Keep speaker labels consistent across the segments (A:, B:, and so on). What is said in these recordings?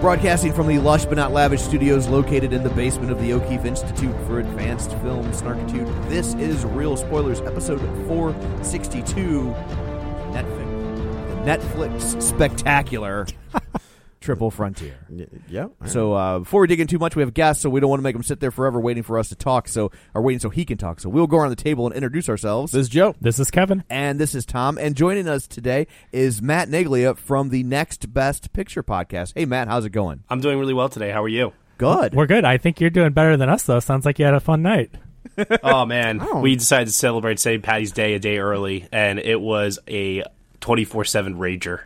A: Broadcasting from the lush but not lavish studios located in the basement of the O'Keefe Institute for Advanced Film Snarkitude, this is Real Spoilers, episode 462. Netflix. The Netflix spectacular. Triple Frontier.
B: Yep.
A: So uh, before we dig in too much, we have guests, so we don't want to make them sit there forever waiting for us to talk. So or waiting so he can talk. So we'll go around the table and introduce ourselves.
B: This is Joe.
C: This is Kevin.
A: and this is Tom. And joining us today is Matt Neglia from the Next Best Picture podcast. Hey Matt, how's it going?
C: I'm doing really well today. How are you?
A: Good.
C: We're good. I think you're doing better than us, though. Sounds like you had a fun night.
D: oh man, we decided to celebrate St. Patty's Day a day early, and it was a twenty four seven rager.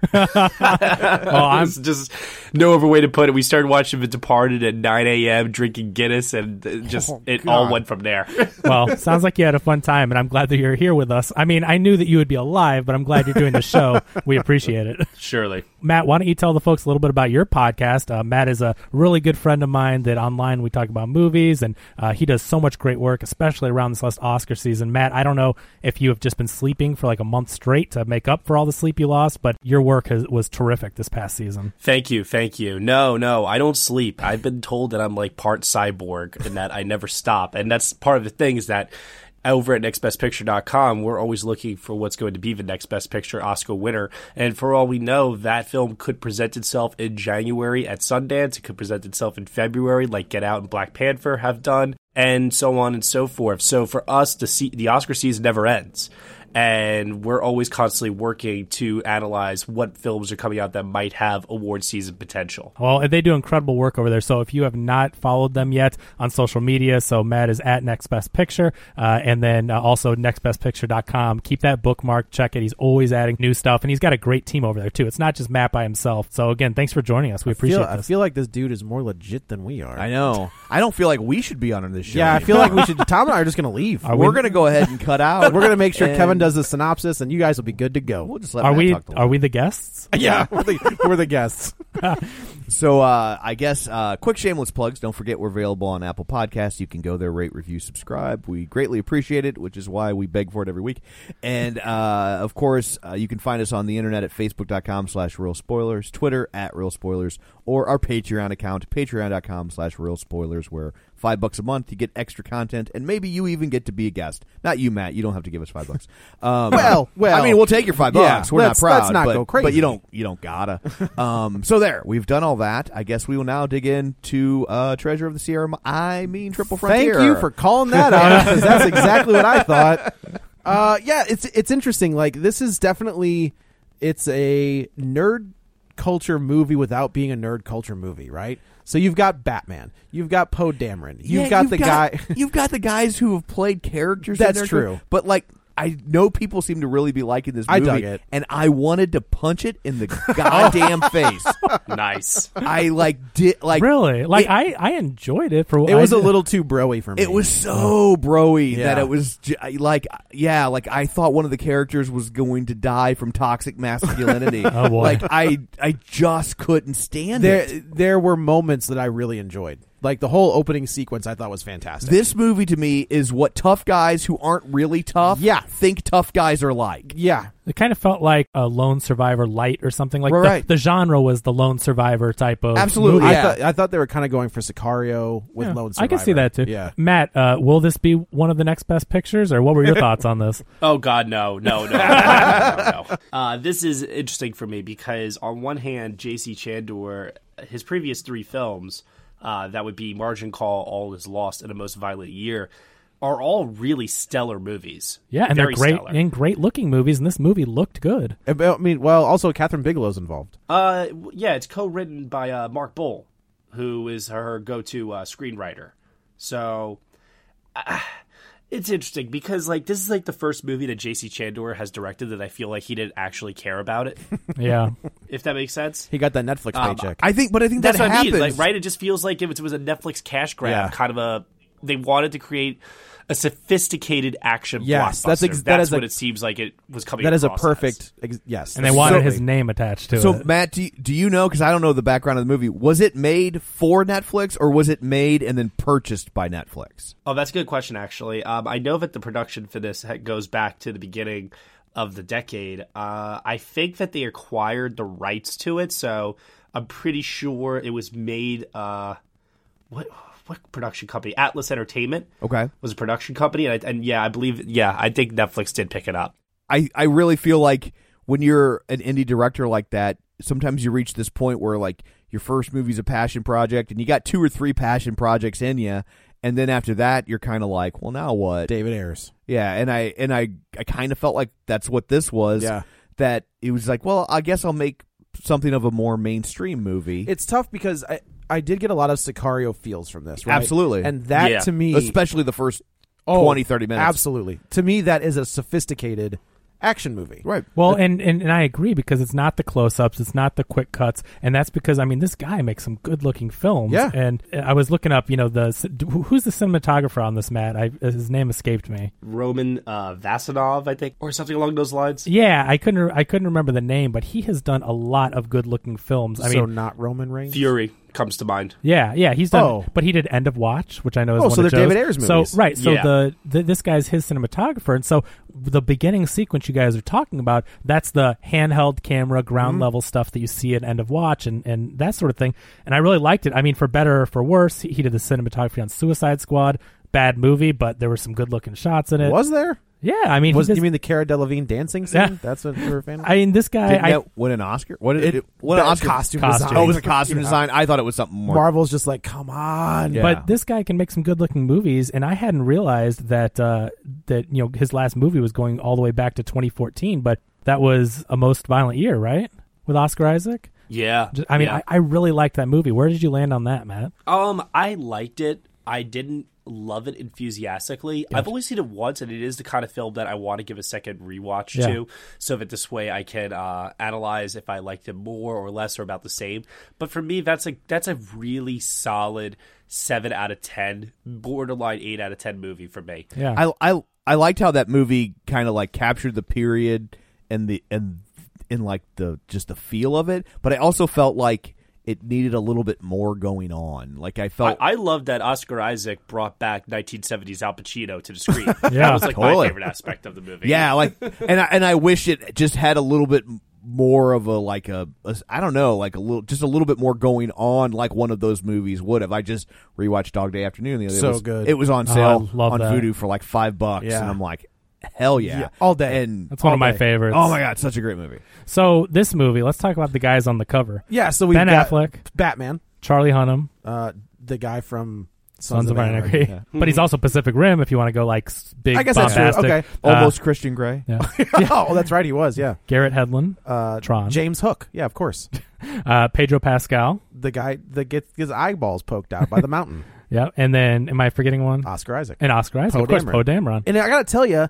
C: Oh, I'm
D: It's just no other way to put it. We started watching The Departed at nine a.m., drinking Guinness, and it just it all went from there.
C: well. Sounds like you had a fun time, and I'm glad that you're here with us. I mean, I knew that you would be alive, but I'm glad you're doing the show. we appreciate it.
D: Surely,
C: Matt, why don't you tell the folks a little bit about your podcast? Uh, Matt is a really good friend of mine that online we talk about movies, and uh, he does so much great work, especially around this last Oscar season. Matt, I don't know if you have just been sleeping for like a month straight to make up for all the sleep you lost, but your work has, was terrific this past season.
D: thank you, thank you. No, no, I don't sleep. I've been told that I'm like part cyborg and that I never stop, and that's part of the thing is that. Over at nextbestpicture.com, we're always looking for what's going to be the next best picture Oscar winner. And for all we know, that film could present itself in January at Sundance. It could present itself in February, like Get Out and Black Panther have done, and so on and so forth. So for us, the se- the Oscar season never ends, and we're always constantly working to analyze what films are coming out that might have award season potential.
C: Well, and they do incredible work over there. So if you have not followed them yet on social media, so Matt is at Next Best Picture, uh, and then uh, also nextbestpicture.com. Keep that bookmark, check it. He's always adding new stuff, and he's got a great team over there too. It's not just Matt by himself. So again, thanks for joining us. We appreciate
B: feel,
C: this.
B: I feel like this dude is more legit than we are.
A: I know. I don't feel like we should be on this show.
B: Yeah, I
A: anymore.
B: feel like we should. Tom and I are just going to leave.
C: Are we-
A: we're gonna go ahead and cut out.
B: We're going to make sure
A: And
B: Kevin does the synopsis, and you guys will be good to go.
A: We'll just let
C: are
A: Matt
C: we
A: talk to
C: are we the guests?
B: yeah, we're the, we're the guests.
A: So uh, I guess uh, quick shameless plugs. Don't forget we're available on Apple Podcasts. You can go there, rate, review, subscribe. We greatly appreciate it, which is why we beg for it every week. And uh, of course, uh, you can find us on the internet at facebook.com slash real spoilers, Twitter at real spoilers, or our Patreon account, patreon.com slash real spoilers, where five bucks a month you get extra content, and maybe you even get to be a guest. Not you, Matt. You don't have to give us five bucks. Um,
B: Well, well.
A: I mean, we'll take your five
B: Yeah,
A: bucks. We're
B: let's-
A: not proud.
B: let's not
A: but,
B: go crazy.
A: But you don't you don't gotta. um, so there, we've done all that. I guess we will now dig into uh, Treasure of the Sierra. M- I mean, Triple Frontier.
B: Thank you for calling that out 'cause that's exactly what I thought. Uh, yeah, it's it's interesting. Like this is definitely it's a nerd culture movie without being a nerd culture movie, right? So you've got Batman, you've got Poe Dameron, you've
A: Yeah,
B: got the guy.
A: you've got the guys who have played characters. in
B: That's
A: their-
B: true.
A: but like. I know people seem to really be liking this
E: I
A: movie,
E: dug it.
A: and I wanted to punch it in the goddamn face.
D: nice.
A: I like did like
C: really like
A: it-
C: I I enjoyed it for what
E: It
C: I
E: was a
C: did.
E: little too broy for me.
A: It was so broy
E: Yeah.
A: that it was j- I- like, yeah, like I thought one of the characters was going to die from toxic masculinity.
C: Oh, boy.
A: Like I, I just couldn't stand
E: there.
A: it.
E: There were moments that I really enjoyed, like the whole opening sequence. I thought was fantastic.
A: This movie to me is what tough guys who aren't really tough,
E: Yeah.
A: think tough guys are like.
E: yeah,
C: It kind of felt like a Lone Survivor light or something like
A: Right,
C: the,
A: right.
C: the genre was the Lone Survivor type of
A: Absolutely,
C: movie.
E: I
A: yeah.
E: thought I thought they were kind of going for Sicario with
C: Yeah,
E: Lone Survivor.
C: I can see that too.
E: Yeah,
C: Matt, uh, will this be one of the next best pictures, or what were your thoughts on this?
D: Oh God, no, no, no, no, no, no. Uh, this is interesting for me because on one hand, J.C. Chandor, his previous three films, uh, that would be Margin Call, All Is Lost, and A Most Violent Year, are all really stellar movies.
C: Yeah, and
D: Very
C: they're great
D: stellar.
C: and great looking movies, and this movie looked good.
E: I mean, well, also Catherine Bigelow's involved.
D: Uh, w- yeah, it's co-written by uh, Mark Bull, who is her go-to uh, screenwriter. So ah, it's interesting because like this is like the first movie that J.C. Chandor has directed that I feel like he didn't actually care about it.
C: Yeah,
D: if that makes sense.
E: He got that Netflix
D: Um,
E: paycheck.
A: I think, but I think
D: That's
A: that
D: what
A: happens.
D: I mean. Like, right? It just feels like it was, it was a Netflix cash grab,
E: Yeah.
D: kind of a. They wanted to create a sophisticated action
E: Yes,
D: blockbuster.
E: that's
D: That's,
E: ex- that is a-
D: what it seems like it was coming.
E: that is a
D: across
E: perfect
D: as.
E: ex- yes.
C: and they wanted
A: So-
C: his name attached to
A: So,
C: it.
A: Matt, do you, do you know? Because I don't know the background of the movie. Was it made for Netflix, or was it made and then purchased by Netflix?
D: Oh, that's a good question. Actually, um, I know that the production for this ha- goes back to the beginning of the decade. Uh, I think that they acquired the rights to it, so I'm pretty sure it was made. Uh, what what production company? Atlas Entertainment
A: Okay.
D: was a production company, and, I, and yeah, I believe yeah, I think Netflix did pick it up.
A: I, I really feel like when you're an indie director like that, sometimes you reach this point where like your first movie's a passion project and you got two or three passion projects in you and then after that you're kind of like, well now what?
E: David Ayers.
A: Yeah, and I and I I kind of felt like that's what this was.
E: Yeah.
A: That it was like, well, I guess I'll make something of a more mainstream movie.
E: It's tough because I I did get a lot of Sicario feels from this, right?
A: Absolutely.
E: and that
D: Yeah.
E: to me,
A: especially the first
E: oh,
A: 20 30 minutes.
E: absolutely to me that is a sophisticated action movie.
A: Right.
C: Well, and, and, and I agree because it's not the close ups, it's not the quick cuts, and that's because I mean this guy makes some good looking films.
E: Yeah.
C: and I was looking up, you know, the who's the cinematographer on this, Matt? I, his name escaped me.
D: Roman uh, Vasanov, I think, or something along those lines.
C: Yeah, I couldn't re- I couldn't remember the name, but he has done a lot of good looking films. I
E: so
C: mean,
E: not Roman Reigns.
D: Fury comes to mind.
C: yeah, yeah, he's done.
E: Oh.
C: But he did End of Watch, which I know is
E: Oh,
C: one
E: so
C: of
E: they're
C: Joe's.
E: David Ayers movies.
C: So right, so
D: Yeah.
C: the, the this guy's his cinematographer, and so the beginning sequence you guys are talking about that's the handheld camera ground
E: Mm-hmm.
C: level stuff that you see at End of Watch and and that sort of thing. And I really liked it. I mean, for better or for worse, he, he did the cinematography on Suicide Squad. Bad movie, but there were some good looking shots in it.
E: Was there?
C: Yeah, I mean, he
E: Was
C: just-
E: you mean the Cara Delevingne dancing scene?
C: Yeah.
E: That's what you were a fan. Of?
C: I mean, this guy.
A: Didn't
C: I,
A: that win an Oscar? What did it, won an
E: that
A: Oscar?
E: costume
C: Costume.
E: design.
A: Oh, it was a costume design. I thought it was something more.
E: Marvel's just like, come on.
A: Yeah.
C: But this guy can make some good-looking movies, and I hadn't realized that uh, that you know his last movie was going all the way back to 2014. But that was a most violent year, right? With Oscar Isaac.
D: Yeah,
C: Just- I mean, I, I really liked that movie. Where did you land on that, Matt?
D: Um, I liked it. I didn't love it enthusiastically. I've only seen it once, and it is the kind of film that I want to give a second rewatch
C: Yeah.
D: to, so that this way I can uh, analyze if I liked it more or less or about the same. But for me, that's a that's a really solid seven out of ten, borderline eight out of ten movie for me.
C: Yeah,
A: I I I liked how that movie kind of like captured the period and the and and like the just the feel of it, but I also felt like it needed a little bit more going on. Like I
F: Oh.
A: felt
D: I, I love that Oscar Isaac brought back 1970s Al Pacino to the screen.
C: Yeah.
D: that was like
A: Totally.
D: my favorite aspect of the movie.
A: yeah, like and I, and I wish it just had a little bit more of a like a, a I don't know, like a little just a little bit more going on like one of those movies would have. I just rewatched Dog Day Afternoon the other day.
E: So
A: It was-
E: good.
A: It was on
C: Oh, I
A: sale
C: love
A: on
C: that.
A: Voodoo for like 5 bucks
E: Yeah.
A: and I'm like hell yeah.
E: Yeah, all day.
A: And
C: that's one of my
E: okay.
C: favorites.
A: Oh my god, such a great movie.
C: So this movie, let's talk about the guys on the cover.
E: yeah, so we
C: Ben
E: got
C: Affleck,
E: Batman,
C: Charlie Hunnam,
E: uh, the guy from
C: Sons, of Anarchy,
E: Yeah. Hmm.
C: but he's also Pacific Rim. If you want to go like s- big,
E: I guess that's true.
C: bombastic.
E: Okay.
C: Uh,
A: Almost Christian Grey.
C: yeah.
E: oh, that's right. He was. Yeah.
C: Garrett Hedlund,
E: Uh,
C: Tron.
E: James Hook. Yeah, of course.
C: uh, Pedro Pascal.
E: The guy that gets his eyeballs poked out by the mountain.
C: Yeah, and then am I forgetting one?
E: Oscar Isaac.
C: and Oscar Isaac,
E: Poe
C: of course,
E: Dameron.
C: Poe Dameron.
E: And I gotta tell you,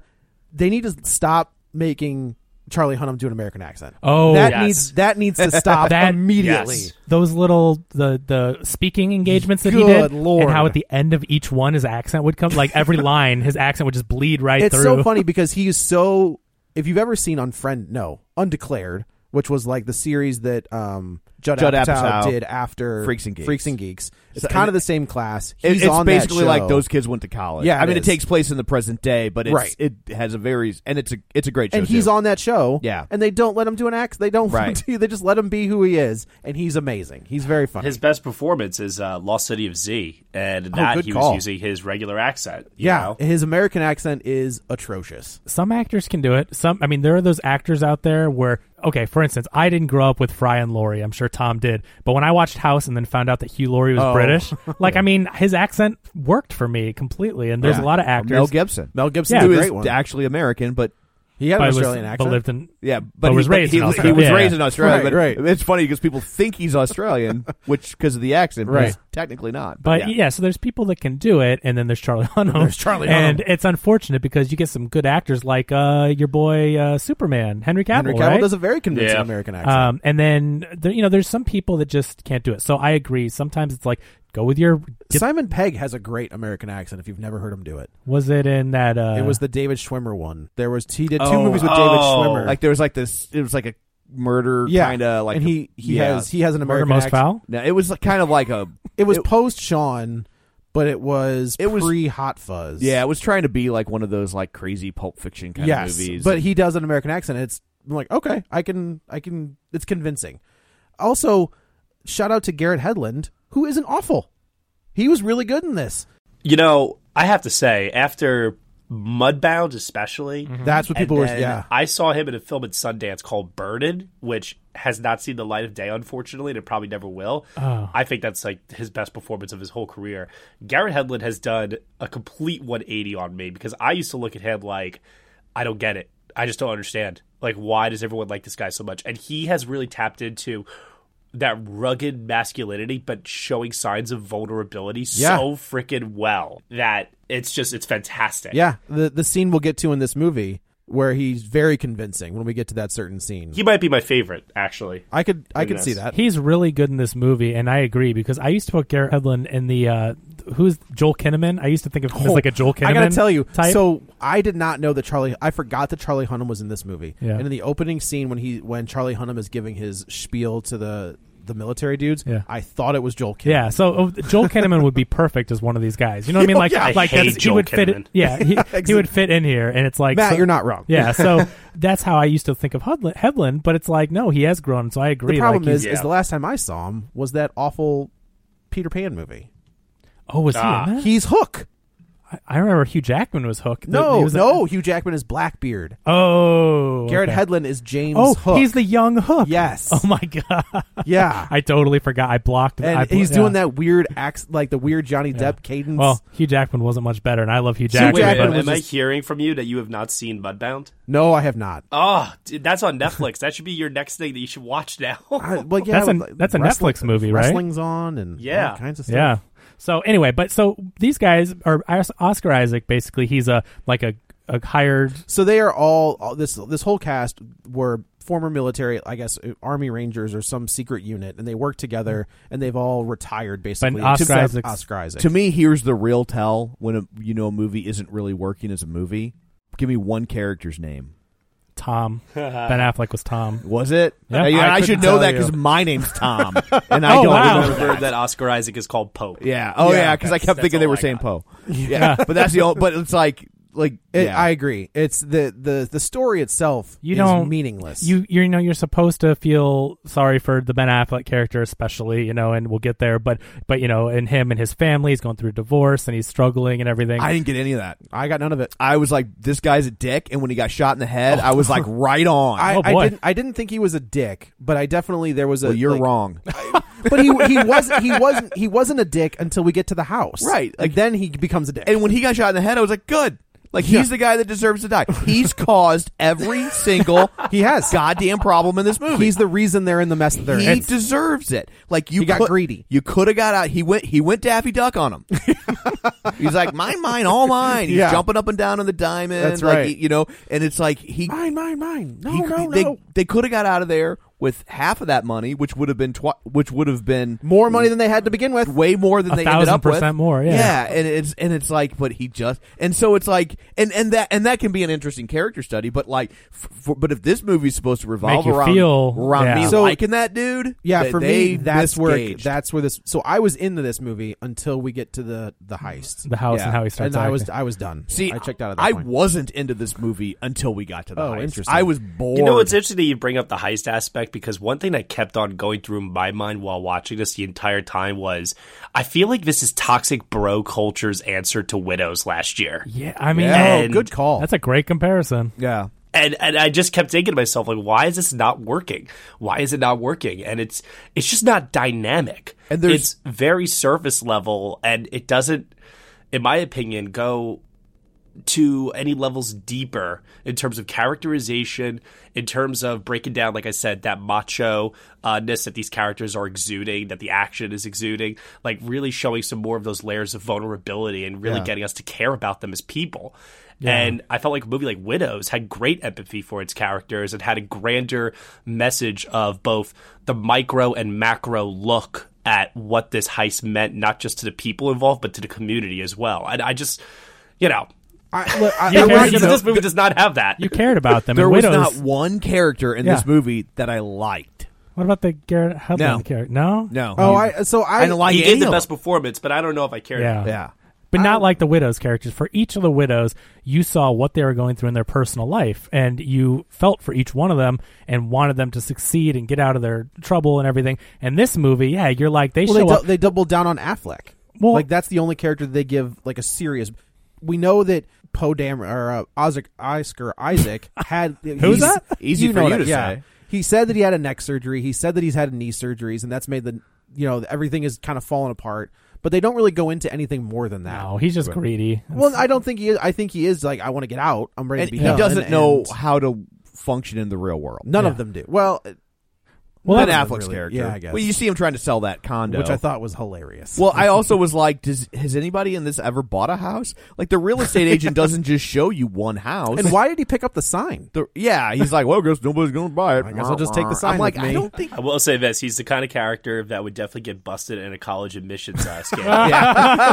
A: they need to stop making Charlie Hunnam do an American accent.
C: Oh,
A: that
C: yes.
A: needs that needs to stop
C: That-
A: immediately.
C: yes. Those little the the speaking engagements that he
A: Good
C: did,
A: Lord.
C: and how at the end of each one his accent would come, like every line, his accent would just bleed right
A: it's
C: through.
A: so funny because he is so if you've ever seen unfriend no undeclared which was like the series that um judd,
F: Judd
A: apatow,
F: Apatow
A: did after
F: Freaks and Geeks.
A: Geeks. it's
F: So-
A: kind of the same class
F: It-
A: He's
F: it's
A: on that
F: basically like
A: show.
F: those kids went to college.
A: Yeah,
F: I
A: it
F: mean,
A: is.
F: it takes place in the present day, but it's,
A: Right.
F: it has a very and it's a it's a great show.
A: and he's
F: too.
A: on that show
F: Yeah.
A: and they don't let him do an act they don't
F: Right.
A: they just let him be who he is and he's amazing he's very funny
D: His best performance is uh, Lost City of Z, and in
A: Oh,
D: that
A: good
D: he
A: call.
D: was using his regular accent. you
A: yeah
D: know?
A: his american accent is atrocious
C: some actors can do it. Some, I mean, there are those actors out there where, okay, for instance, I didn't grow up with Fry and Laurie. I'm sure Tom did, but when I watched House and then found out that Hugh Laurie was
A: Oh.
C: British, like, I mean, his accent worked for me completely. And there's
F: Yeah.
C: a lot of actors.
F: Mel Gibson.
A: mel gibson
C: Yeah.
F: who
A: a
F: is
A: great one
F: actually American, but
A: he had an
C: but was-
A: australian
C: but
A: accent
C: lived in-
F: yeah,
C: but
F: he-
C: was raised
F: he,
C: in
F: he
C: Australia.
F: was
C: Yeah.
F: raised in Australia.
A: Right,
F: but
A: right.
F: It's funny because people think he's Australian, which because of the accent, but
A: Right.
F: he's technically not.
C: But yeah. so there's people that can do it, and then there's Charlie Hunnam. There's
A: Charlie
C: and it's unfortunate because you get some good actors like uh, your boy uh, Superman, Henry Cavill.
A: henry cavill
C: right?
A: does a very convincing
D: Yeah.
A: american accent
C: Um, and then there, you know, there's some people that just can't do it. So I agree. Sometimes it's like go with your. Dip,
A: Simon Pegg has a great American accent. If you've never heard him do it,
C: was it in that? Uh,
A: it was the David Schwimmer one. There was he did two
F: Oh,
A: movies with David
D: oh.
A: Schwimmer.
F: like there was like this, it was like a murder
A: yeah,
F: kind of like
A: and he he
F: yeah.
A: has he has an
C: Murder
A: American
C: Most
A: accent.
C: Foul.
F: No, it was kind of like a
A: It was post Sean, but it was
F: It was-
A: pre Hot Fuzz.
F: yeah. It was trying to be like one of those like crazy Pulp Fiction kind
A: yes,
F: of movies.
A: but he does an American accent. It's I'm like okay, I can I can. It's convincing. Also, shout out to Garrett Headland, who isn't awful. He was really good in this.
D: You know, I have to say, after Mudbound, especially,
A: That's what people
D: and
A: were.
D: then
A: Yeah,
D: I saw him in a film at Sundance called Burden, which has not seen the light of day, unfortunately, and it probably never will. I think that's like his best performance of his whole career. Garrett Hedlund has done a complete 180 on me because I used to look at him like, I don't get it. I just don't understand. Like, why does everyone like this guy so much? And he has really tapped into that rugged masculinity, but showing signs of vulnerability
A: Yeah.
D: so freaking well that it's just, it's fantastic.
A: Yeah, the the scene we'll get to in this movie where he's very convincing when we get to that certain scene.
D: He might be my favorite, actually.
A: I could I could
D: Goodness.
A: see that.
C: He's really good in this movie, and I agree because I used to put Garrett Hedlund in the uh, who's Joel Kinnaman. I used to think of him as like a Joel Kinnaman.
A: Oh, I gotta tell you,
C: type.
A: so I did not know that Charlie. I forgot that Charlie Hunnam was in this movie.
C: Yeah.
A: And in the opening scene when he when Charlie Hunnam is giving his spiel to the the military dudes,
C: Yeah.
A: I thought it was Joel Kinnaman.
C: Yeah, so oh, Joel Kinnaman would be perfect as one of these guys. You know what I mean?
A: Oh,
C: Like,
A: yeah, I
C: like
D: hate
C: that's- he
D: Joel
C: would fit.
D: Kinnaman.
C: Yeah, he, he would fit in here, and it's like
A: Matt,
C: so-
A: you're not wrong.
C: Yeah, so that's how I used to think of Hudlin, Hedlund, but it's like no, he has grown. So I agree.
A: The problem
C: like,
A: is,
C: he's-
A: is
D: Yeah.
A: the last time I saw him was that awful Peter Pan movie.
C: oh, was
D: Ah.
C: he? In that?
A: He's Hook.
C: I- I remember Hugh Jackman was Hook. The-
A: No,
C: he was a-
A: no. Hugh Jackman is Blackbeard.
C: oh,
A: Garrett
C: okay.
A: Hedlund is James.
C: Oh,
A: Hook.
C: he's the young Hook.
A: Yes.
C: Oh my god.
A: yeah.
C: I totally forgot. I blocked.
A: and
C: I blo-
A: he's
C: yeah.
A: doing that weird act, like the weird Johnny Depp cadence.
C: Well, Hugh Jackman wasn't much better, and I love Hugh
A: Jackman
C: Jackman.
D: Wait,
A: Jackman
D: am,
A: was
D: am
A: just-
D: I hearing from you that you have not seen Mudbound?
A: no, I have not.
D: Oh, dude, that's on Netflix. that should be your next thing that you should watch now.
A: I, well, yeah,
C: That's a-
A: like,
C: that's a
A: wrestling-
C: Netflix movie, right?
A: Wrestling's on and
D: Yeah.
A: all kinds of stuff.
C: yeah. So anyway, but so these guys are Os- Oscar Isaac. Basically, he's a like a, a hired.
A: So they are all, all this this whole cast were former military, I guess, uh, Army Rangers or some secret unit, and they work together, and they've all retired basically.
C: Oscar
A: except
C: Isaac's-
A: Oscar Isaac.
F: to me, here's the real tell when a you know a movie isn't really working as a movie. Give me one character's name.
C: Tom Ben Affleck was Tom.
F: Was it?
C: Yeah.
F: Hey,
C: I
F: I, should
C: couldn't
F: know
C: tell
F: that
C: you.
F: because my name's Tom, and I
C: Oh,
F: don't
C: wow.
F: remember.
D: Remember that Oscar Isaac is called Pope.
F: Yeah. Oh yeah, because I
D: that's-
F: kept
D: that's
F: thinking they
D: all
F: were
D: I
F: saying
D: got.
F: Poe. Yeah. but that's the old. But it's like like
A: It-
F: yeah.
A: I agree. It's the the the story itself
C: You
A: is
C: don't
A: meaningless.
C: You you know you're supposed to feel sorry for the Ben Affleck character, especially you know, and we'll get there. But but you know, and him and his family, he's going through a divorce and he's struggling and everything.
F: I didn't get any of that.
A: I got none of it.
F: I was like, this guy's a dick, and when he got shot in the head, I was like, right on.
A: I,
C: Oh,
A: I
C: boy.
A: didn't. I didn't think he was a dick, but I definitely there was a.
F: well, you're
A: like-
F: wrong.
A: but he he was he wasn't he wasn't a dick until we get to the house,
F: Right,
A: Like
F: like-
A: then he becomes a dick.
F: and when he got shot in the head, I was like, good. Like he's the guy that deserves to die. He's caused every single he has goddamn problem in this movie.
A: He's the reason they're in the mess that they're
F: he
A: in.
F: deserves it. Like you
A: He got
F: could-
A: greedy.
F: You could have got out. He went. He went Daffy Duck on him. He's like mine, mine, all mine. He's
A: Yeah.
F: jumping up and down on the diamond.
A: That's
F: like,
A: right.
F: You know, and it's like he.
A: Mine, mine, mine. No,
F: he-
A: no,
F: they,
A: no.
F: They could have got out of there with half of that money, which would have been twi- which would have been
A: More money than they had to begin with.
F: way more than
C: A
F: they ended
C: thousand
F: up with.
C: percent more, yeah.
F: and it's and it's like, but he just and so it's like, and and that and that can be an interesting character study. But like, f- for, but if this movie's supposed to revolve
C: you
F: around
C: feel-
F: around
C: yeah.
F: me
C: So-
F: liking that dude,
A: Yeah,
F: that
A: for
F: they
A: me, that's where it,
F: misgauged.
A: that's where this. So I was into this movie until we get to the the heist,
C: The house and how he
A: and
C: starts
A: I
C: acting.
A: was I was done.
F: See,
A: I checked out. At that
F: I
A: point.
F: wasn't into this movie until we got to the
A: Oh,
F: heist.
A: interesting.
F: I was bored.
D: You know, it's interesting that you bring up the heist aspect because one thing that kept on going through my mind while watching this the entire time was I feel like this is toxic bro culture's answer to widows last year.
C: Yeah, I mean,
A: Yeah.
D: And-
A: oh, good call.
C: that's a great comparison.
F: yeah.
D: and and I just kept thinking to myself like why is this not working why is it not working and it's it's just not dynamic
F: And there's-
D: it's very surface level and it doesn't in my opinion go to any levels deeper in terms of characterization in terms of breaking down like I said that macho uh ness that these characters are exuding that the action is exuding like really showing some more of those layers of vulnerability and really getting us to care about them as people and I felt like a movie like Widows had great empathy for its characters and had a grander message of both the micro and macro look at what this heist meant, not just to the people involved, but to the community as well. And I just, you know,
A: I, look, I,
C: Yeah,
A: there
C: there
A: was-
C: you go.
D: this movie does not have that.
C: You cared about them.
F: There
C: and
F: was
C: widows.
F: not one character in this
C: Yeah.
F: movie that I liked.
C: What about the Garrett Hedlund
F: No.
C: character? No,
F: No.
A: oh, I so I,
F: I didn't like
D: he
F: any
D: did the
F: of
D: best
F: them.
D: performance, but I don't know if I cared.
C: Yeah.
F: Yeah.
C: but not like the widows characters. For each of the widows, you saw what they were going through in their personal life, and you felt for each one of them and wanted them to succeed and get out of their trouble and everything. And this movie, yeah, you're like they
A: well,
C: show
A: they,
C: up.
A: dou- they doubled down on Affleck.
C: Well-
A: like that's the only character that they give like a serious. We know that Poe Dam or uh, Isaac Oscar Isaac had who's
C: that?
F: Easy for you to
A: yeah.
F: say.
A: He said that he had a neck surgery. He said that he's had knee surgeries, and that's made the you know everything is kind of fallen apart. But they don't really go into anything more than that.
C: no, he's just greedy.
A: Well, I don't think he is. I think he is like I want to get out. I'm ready
F: And
A: to be
F: he
A: done.
F: doesn't
A: and-
F: know how to function in the real world.
A: None of them do. Well,
C: Well,
F: ben
C: that's-
F: Affleck's
A: really-
F: character.
A: yeah, I guess.
F: Well, you see him trying to sell that condo,
A: which I thought was hilarious.
F: Well, I also was like, does has anybody in this ever bought a house? Like the real estate agent doesn't just show you one house.
A: and why did he pick up the sign?
F: The- yeah, he's like, well, I guess nobody's gonna buy it.
A: I guess I'll just take the sign
F: I'm like,
A: with
F: I
A: me.
F: don't think.
D: I will say this: he's the kind of character that would definitely get busted in a college admissions uh, scam.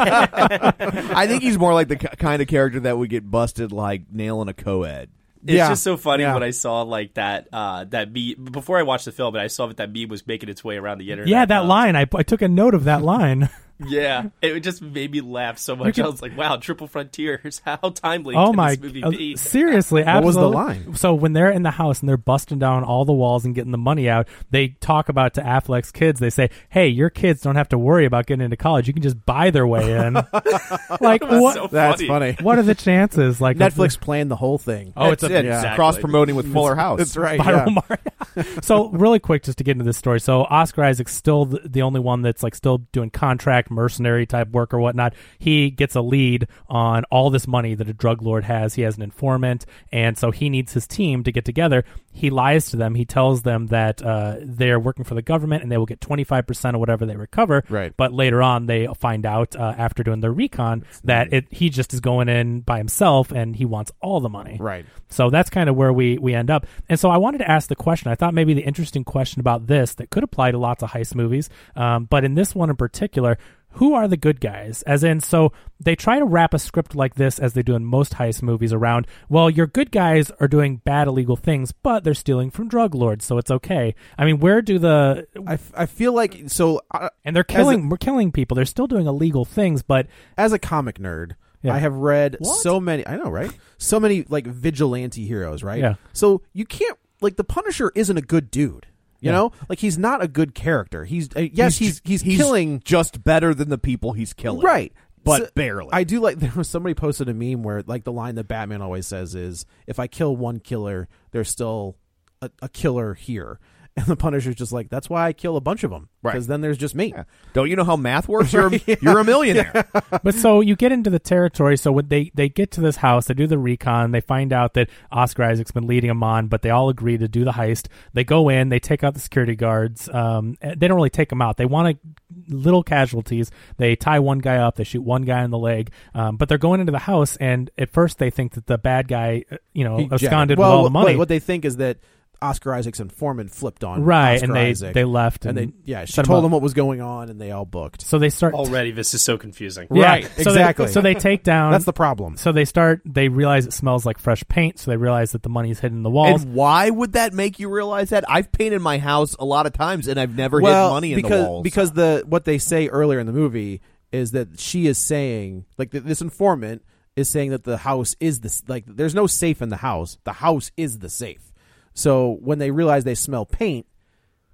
F: I think he's more like the ki- kind of character that would get busted like nailing a co-ed.
D: It's
A: Yeah.
D: just so funny
A: Yeah.
D: when I saw like that uh, that meme before I watched the film, and I saw that that meme was making its way around the internet.
C: yeah, that
D: Uh,
C: line. I, I took a note of that line.
D: Yeah, it just made me laugh so much. I was like, "Wow, Triple Frontiers! How timely
C: Oh
D: can
C: my!
D: this movie
C: uh,
D: be?"
C: seriously,
A: What was the
C: absolutely.
A: line?
C: So when they're in the house and they're busting down all the walls and getting the money out, they talk about to Affleck's kids. They say, "Hey, your kids don't have to worry about getting into college. You can just buy their way in." like what?
D: so
A: That's
D: funny.
A: funny.
C: what are the chances? Like of-
A: Netflix planned the whole thing.
C: Oh, it's
F: That's
C: a
F: it.
D: Exactly.
F: cross promoting with Fuller House.
A: That's right.
C: viral
A: yeah.
C: Mario. so really quick, just to get into this story. So Oscar Isaac's still the, the only one that's like still doing contract mercenary type work or whatnot. He gets a lead on all this money that a drug lord has. He has an informant, and so he needs his team to get together. He lies to them. He tells them that uh, they're working for the government and they will get twenty five percent of whatever they recover.
A: Right.
C: But later on, they find out uh, after doing their recon that it he just is going in by himself and he wants all the money.
A: Right.
C: So that's kind of where we we end up. And so I wanted to ask the question. I thought maybe the interesting question about this that could apply to lots of heist movies, um, but in this one in particular. Who are the good guys? As in, so they try to wrap a script like this, as they do in most heist movies, around, well, your good guys are doing bad, illegal things, but they're stealing from drug lords, so it's okay. I mean, where do the.
A: I, f- I feel like so uh,
C: And they're
A: as a-
C: killing, we're killing people. They're still doing illegal things, but
A: as a comic nerd,
C: Yeah.
A: I have read so many. I know, right? So many like vigilante heroes, right?
C: Yeah.
A: So you can't like the Punisher isn't a good dude. You know, like he's not a good character. He's uh, yes, he's he's, killing
F: just better than the people he's killing.
A: right,
F: but
A: So-
F: barely.
A: I do like there was somebody posted a meme where like the line that Batman always says is, "If I kill one killer, there's still a, a killer here." And the Punisher's just like, that's why I kill a bunch of them. Right. Because then there's just me.
F: Don't you know how math works? You're a- you're a millionaire.
C: but so you get into the territory. So when they they get to this house, they do the recon. They find out that Oscar Isaac's been leading them on, but they all agree to do the heist. They go in. They take out the security guards. Um, eh, they don't really take them out. They want to little casualties. They tie one guy up. They shoot one guy in the leg. Um, but they're going into the house, and at first they think that the bad guy, eh, you know,
A: He
C: absconded
A: jacked- well,
C: with all the
A: what-
C: money.
A: What they think is that Oscar Isaac's informant flipped on
C: Right,
A: Oscar
C: and they-
A: Isaac.
C: they left
A: and,
C: and
A: they yeah she
C: set him
A: told
C: up.
A: them what was going on and they all booked.
C: so they start
D: Already, this is so confusing.
C: Yeah.
A: Right,
C: So they-
A: exactly.
C: so they take down.
A: That's the problem.
C: So they start. They realize it smells like fresh paint. So they realize that the money's hidden in the walls.
F: And why would that make you realize that? I've painted my house a lot of times, and I've never hid money in
A: because,
F: the walls.
A: Because the what they say earlier in the movie is that she is saying like th this informant is saying that the house is this like there's no safe in the house. The house is the safe. So when they realize they smell paint,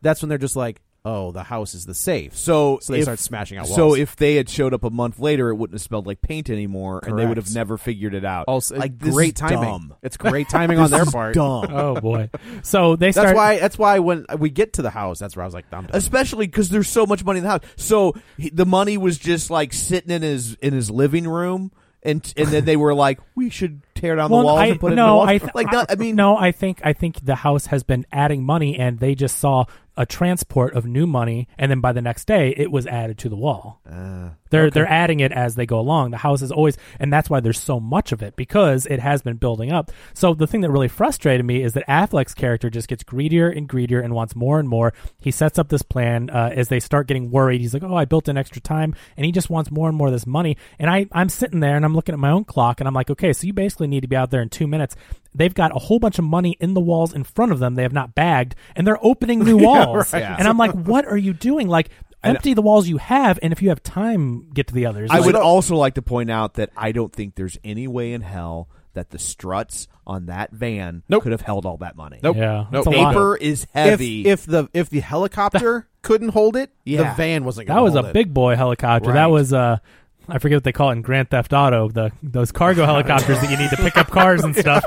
A: that's when they're just like, oh, the house is the safe.
F: so,
A: so they
F: if-
A: start smashing out walls.
F: So if they had showed up a month later, it wouldn't have smelled like paint anymore, and they would have
A: Correct.
F: never figured it out.
A: also
F: like this
A: great
F: is
A: timing.
F: dumb.
A: It's great timing
F: This
A: on their
F: is
A: part. Uh,
F: Dumb.
C: oh boy. So they
A: That's
C: start.
A: why. That's why when we get to the house, that's where I was like, I'm done.
F: especially because there's so much money in the house. So he, the money was just like sitting in his in his living room, and and then they were like, we should tear down
C: Well,
F: the walls
C: I-
F: and put it in the
C: no,
F: walls.
C: I th-
F: like that, I mean,
C: no. I think I think the house has been adding money, and they just saw a transport of new money, and then by the next day, it was added to the wall. they're they're adding it as they go along. The house is always, and that's why there's so much of it because it has been building up. So the thing that really frustrated me is that Affleck's character just gets greedier and greedier and wants more and more. He sets up this plan uh, as they start getting worried. He's like, "Oh, I built in extra time," and he just wants more and more of this money. And I I'm sitting there and I'm looking at my own clock and I'm like, "Okay, so you basically need to be out there in two minutes." They've got a whole bunch of money in the walls in front of them. They have not bagged, and they're opening new walls. And I'm like, "What are you doing?" Like. Empty the walls you have, and if you have time, get to the others.
F: I
C: Like-
A: Oh,
F: would also like to point out that I don't think there's any way in hell that the struts on that van
A: Nope.
F: could have held all that money.
A: Nope.
C: Yeah,
A: Nope.
C: it's a lot.
F: Paper is heavy.
A: If, if the if the helicopter couldn't hold it,
F: Yeah.
A: the van wasn't. Gonna
C: that was
A: hold
C: a
A: it.
C: big boy helicopter. That
F: Right.
C: was uh I forget what they call it in Grand Theft Auto, the those cargo helicopters that you need to pick up cars and stuff.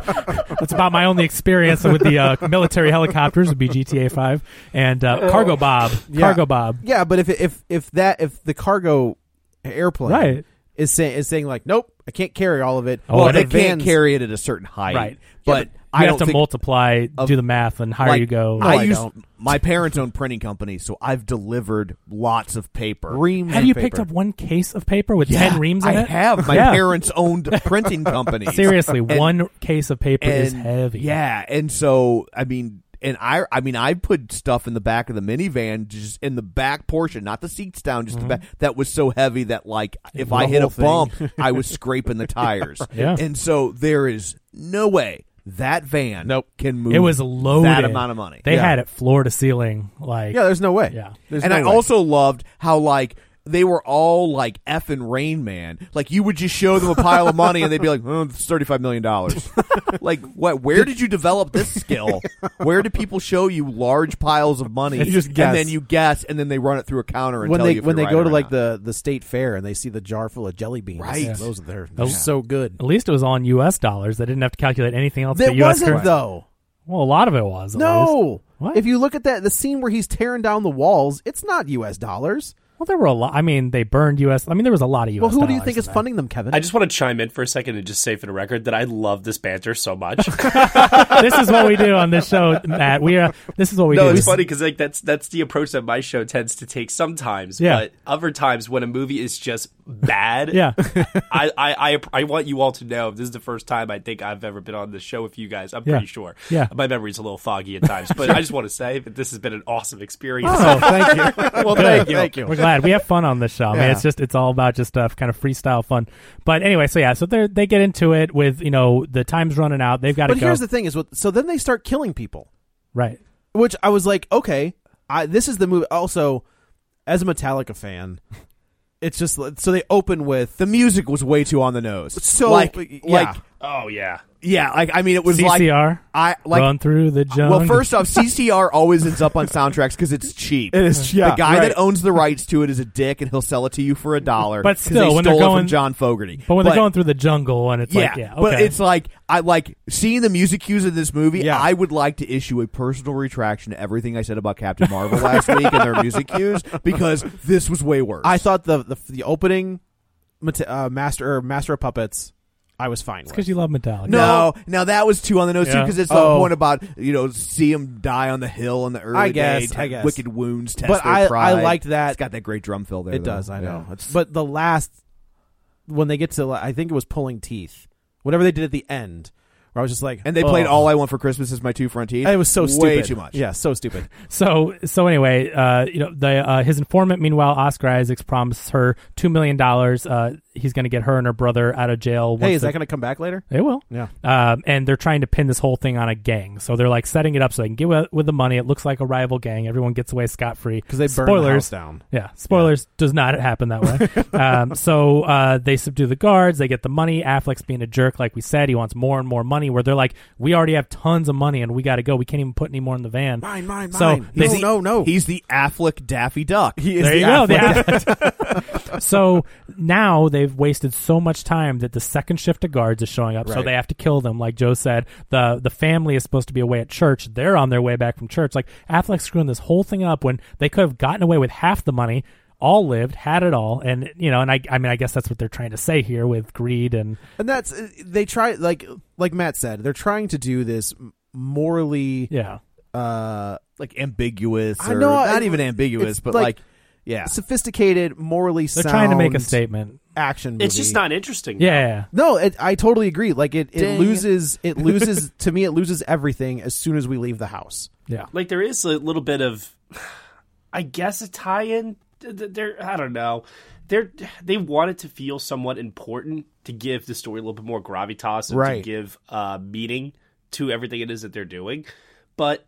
C: That's about my only experience with the uh, military helicopters would be GTA Five and
F: Oh.
C: uh, Cargo Bob, Cargo Bob.
A: Yeah, but if if if that if the cargo airplane
C: Right.
A: is saying is saying like, nope, I can't carry all of it.
C: Oh,
F: well,
C: but
A: the
F: they
C: it
F: can't
A: van's-
F: carry it at a certain height.
C: Right.
F: But,
C: You
F: I
C: have
F: don't
C: to
F: think,
C: multiply, do the math, and higher
F: like,
C: you go.
F: I,
A: I
F: used
A: don't.
F: my parents own printing companies, so I've delivered lots of paper.
A: reams
C: have
A: of
C: you
A: paper.
C: picked up one case of paper with
F: Yeah,
C: ten reams in
F: I
C: it?
F: have. My
C: Yeah.
F: parents owned printing companies.
C: Seriously,
F: And-
C: one case of paper is heavy.
F: Yeah, and so I mean, and I I mean I put stuff in the back of the minivan, just in the back portion, not the seats down,
C: Mm-hmm.
F: just the back. That was so heavy that like if I
A: the
F: hit a
A: whole thing.
F: bump, I was scraping the tires.
C: Yeah.
F: and so there is no way that van
A: Nope.
F: can move.
C: it was loaded.
F: that amount of money.
C: They
F: Yeah.
C: had it floor to ceiling. Like
A: Yeah, there's no way.
C: Yeah.
A: There's
F: and
A: no
F: I
A: way.
F: also loved how like they were all like effing Rain Man. Like you would just show them a pile of money and they'd be like, "Oh, it's thirty five million dollars." like what? Where did you develop this skill? Where do people show you large piles of money?
A: You just
F: and
A: guess.
F: then you guess, and then they run it through a counter and
A: when
F: tell
A: they
F: you if
A: when
F: you're
A: they
F: right
A: go
F: or
A: to like
F: not.
A: the the state fair and they see the jar full of jelly beans,
F: Right. Yeah.
A: Those they're, they're so good.
C: At least it was all in U.S. dollars. They didn't have to calculate anything else.
A: That
C: but U.S.
A: wasn't
C: currency.
A: though.
C: Well, a lot of it was. at least.
A: No.
C: What?
A: If you look at that the scene where he's tearing down the walls, it's not U.S. dollars.
C: Well, there were a lot. I mean, they burned U.S. I mean, there was a lot of U.S.
A: well, who do you
C: dollars
A: think
C: in
A: is
C: that.
A: funding them, Kevin?
D: I just want to chime in for a second and just say for the record that I love this banter so much.
C: this is what we do on this show, Matt. We are. This is what we
D: no,
C: do.
D: it's funny because like that's that's the approach that my show tends to take sometimes.
C: Yeah.
D: But other times when a movie is just bad,
C: Yeah.
D: I, I I I want you all to know this is the first time I think I've ever been on this show with you guys. I'm
C: Yeah.
D: pretty sure.
C: Yeah.
D: my memory's a little foggy at times, but I just want to say that this has been an awesome experience.
C: Oh,
A: thank you. well, thank you. Thank you.
C: We're glad we have fun on this show. I mean,
A: Yeah.
C: it's just it's all about just uh, kind of freestyle fun. But anyway, so yeah, so they they get into it with you know the time's running out. They've got to
A: But
C: go.
A: here's the thing: is what so then they start killing people,
C: right.
A: which I was like, okay, I this is the movie. Also, as a Metallica fan, it's just like- so they open with
F: the music was way too on the nose.
A: So,
F: like
A: yeah.
F: like
D: Oh yeah,
F: Yeah, like I mean, it was like
C: CCR?
F: I like
C: Run through the jungle.
F: Well, first off, CCR always ends up on soundtracks because it's cheap.
A: It is, yeah,
F: the guy
A: right.
F: that owns the rights to it is a dick, and he'll sell it to you for a dollar.
C: But
F: 'cause
C: still,
F: they
C: when
F: stole
C: they're
F: it
C: going
F: from John Fogerty.
C: but when they're going through the jungle and it's
F: yeah,
C: like, yeah, okay.
F: but it's like I like seeing the music cues in this movie.
A: Yeah.
F: I would like to issue a personal retraction to everything I said about Captain Marvel last week and their music cues because this was way worse.
A: I thought the the, the opening, Mate- uh, master or master of puppets, I was fine with.
C: because you love Metallica.
F: No, now that was too on the nose too
C: Yeah.
F: because it's the
A: Oh.
F: point about you know see him die on the hill on the early
A: I guess,
F: day,
A: I guess.
F: wicked wounds test
A: But
F: their
A: I- I
F: pride.
A: liked that-
F: it's got that great drum fill there.
A: It
F: though.
A: does, I
F: Yeah.
A: know. But the last, when they get to, I think it was pulling teeth, whatever they did at the end, where I was just like,
F: and they played
A: "Ugh."
F: all I want for Christmas is my two front teeth.
A: It was so stupid.
F: way too much.
A: Yeah, so stupid.
C: So so anyway, uh, you know the uh, his informant. Meanwhile, Oscar Isaacs promises her two million dollars. Uh, he's going to get her and her brother out of jail. once
A: hey, is
C: the-
A: that going to come back later?
C: They will.
A: Yeah.
C: Um, and they're trying to pin this whole thing on a gang. So they're like setting it up so they can get with, with the money. It looks like a rival gang. Everyone gets away scot free.
A: Because they burned the
C: Spoilers.
A: house down.
C: Yeah, spoilers does not happen that way. um, so uh, they subdue the guards. They get the money. Affleck's being a jerk, like we said. He wants more and more money. Where they're like, we already have tons of money and we got to go. We can't even put any more in the van.
A: Mine, mine,
C: So
A: mine.
C: they,
A: No, no, no.
F: He's the Affleck Daffy Duck. He is
C: there
F: the
C: you go. the- so now they've wasted so much time that the second shift of guards is showing up, so
F: Right.
C: they have to kill them. Like Joe said, the the family is supposed to be away at church. They're on their way back from church. Like Affleck's screwing this whole thing up when they could have gotten away with half the money. All lived, had it all, and you know, and I, I mean, I guess that's what they're trying to say here with greed and
A: And that's, uh, they try, like, like Matt said, they're trying to do this morally,
C: yeah,
A: uh,
F: like ambiguous.
A: I
F: or-
A: know,
F: not
A: it-
F: even ambiguous,
A: it's
F: but
A: like-
F: like, yeah,
A: sophisticated, morally
C: they're
A: sound
C: trying to make a statement.
A: action
D: It's
A: movie.
D: just not interesting.
C: Yeah, yeah, yeah.
A: No, it, I totally agree. Like it, it
F: Ding.
A: loses, it loses. to me, it loses everything as soon as we leave the house.
C: yeah.
D: Like there is a little bit of, I guess a tie-in. Th- th- There, I don't know. They're they want it to feel somewhat important to give the story a little bit more gravitas and
A: Right.
D: to give uh, meaning to everything it is that they're doing. But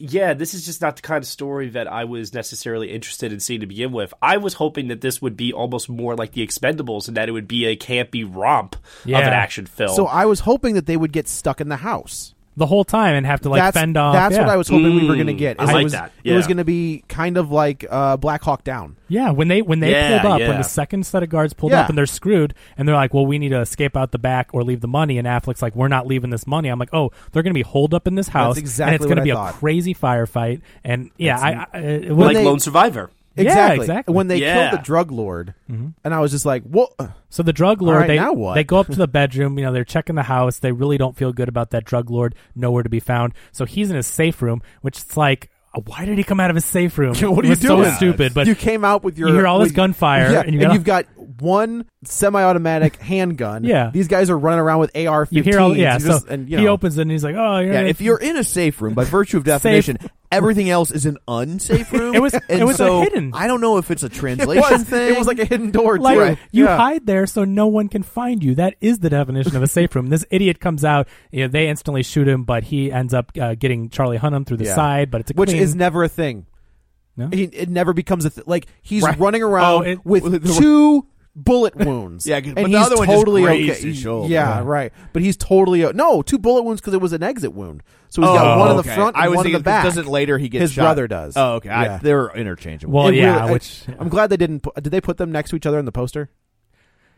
D: yeah, this is just not the kind of story that I was necessarily interested in seeing to begin with. I was hoping that this would be almost more like The Expendables and that it would be a campy romp
C: Yeah.
D: of an action film.
A: So uh, I was hoping that they would get stuck in the house.
C: The whole time and have to like
A: that's
C: fend off.
A: that's
C: yeah.
A: what I was hoping we were going to
F: Mm,
A: get.
D: I
A: is it
D: like
A: was,
D: that,
A: It was
D: yeah.
A: going to be kind of like uh, Black Hawk Down.
C: Yeah, when they when they
D: Yeah,
C: pulled up, when
D: yeah.
C: the second set of guards pulled
A: Yeah.
C: up and they're screwed, and they're like, "Well, we need to escape out the back or leave the money." And Affleck's like, "We're not leaving this money." I'm like, "Oh, they're going to be holed up in this house,
A: exactly
C: and it's
A: what
C: gonna
A: I
C: be
A: thought.
C: a crazy firefight." And yeah, I, I, it was,
D: like
A: they-
D: Lone Survivor.
C: Yeah,
A: Exactly.
C: exactly. Mm-hmm.
A: When they
D: Yeah.
A: killed the drug lord, and I was just like, "What?"
C: so the drug lord.
A: All right,
C: they
A: now what?
C: they go up to the bedroom. You know, they're checking the house. They really don't feel good about that drug lord. Nowhere to be found. So he's in his safe room, which it's like, why did he come out of his safe room?
A: What
C: It
A: are you
C: was
A: doing?
C: So stupid. But
A: you came out with your
C: you hear all this
A: with-
C: gunfire,
A: yeah,
C: and you gotta-
A: have got one semi-automatic handgun.
C: Yeah.
A: these guys are running around with AR-15s.
C: you hear all yeah.
A: you just-
C: so
A: and, you
C: he
A: know.
C: opens it and he's like, "Oh, you're
F: yeah. If you're in a safe room, by virtue of definition, everything else is an unsafe room.
C: It was- it
F: And
C: was a
F: so
C: hidden-
F: I don't know if it's a
A: It
F: translation
A: was,
F: thing.
A: it was like a hidden door too.
C: Like
F: Right.
C: you
A: Yeah.
C: hide there so no one can find you. That is the definition of a safe room. This idiot comes out. You know, they instantly shoot him, but he ends up uh, getting Charlie Hunnam through the
A: Yeah.
C: side. But it's a
A: which
C: clean-
A: is never a thing.
C: No?
A: He, it never becomes a th- like he's
F: Right.
A: running around
C: Oh, it-
A: with two bullet wounds.
F: Yeah, 'cause-
A: and
F: but the
A: he's
F: other one just
A: totally
F: grazed
A: okay.
F: his shoulder.
A: Yeah,
F: Yeah.
A: right. But he's totally o- no two bullet wounds because it was an exit wound. So he's got
F: Oh,
A: one in the
F: okay.
A: front and
F: I was
A: one in the
F: thinking,
A: back.
F: Doesn't later he gets
A: his
F: shot.
A: brother does.
F: Oh, okay. I-
A: Yeah.
F: they're interchangeable.
C: well,
A: It
C: yeah.
A: really- I-
C: which
A: I'm glad they didn't. Pu- did they put them next to each other in the poster?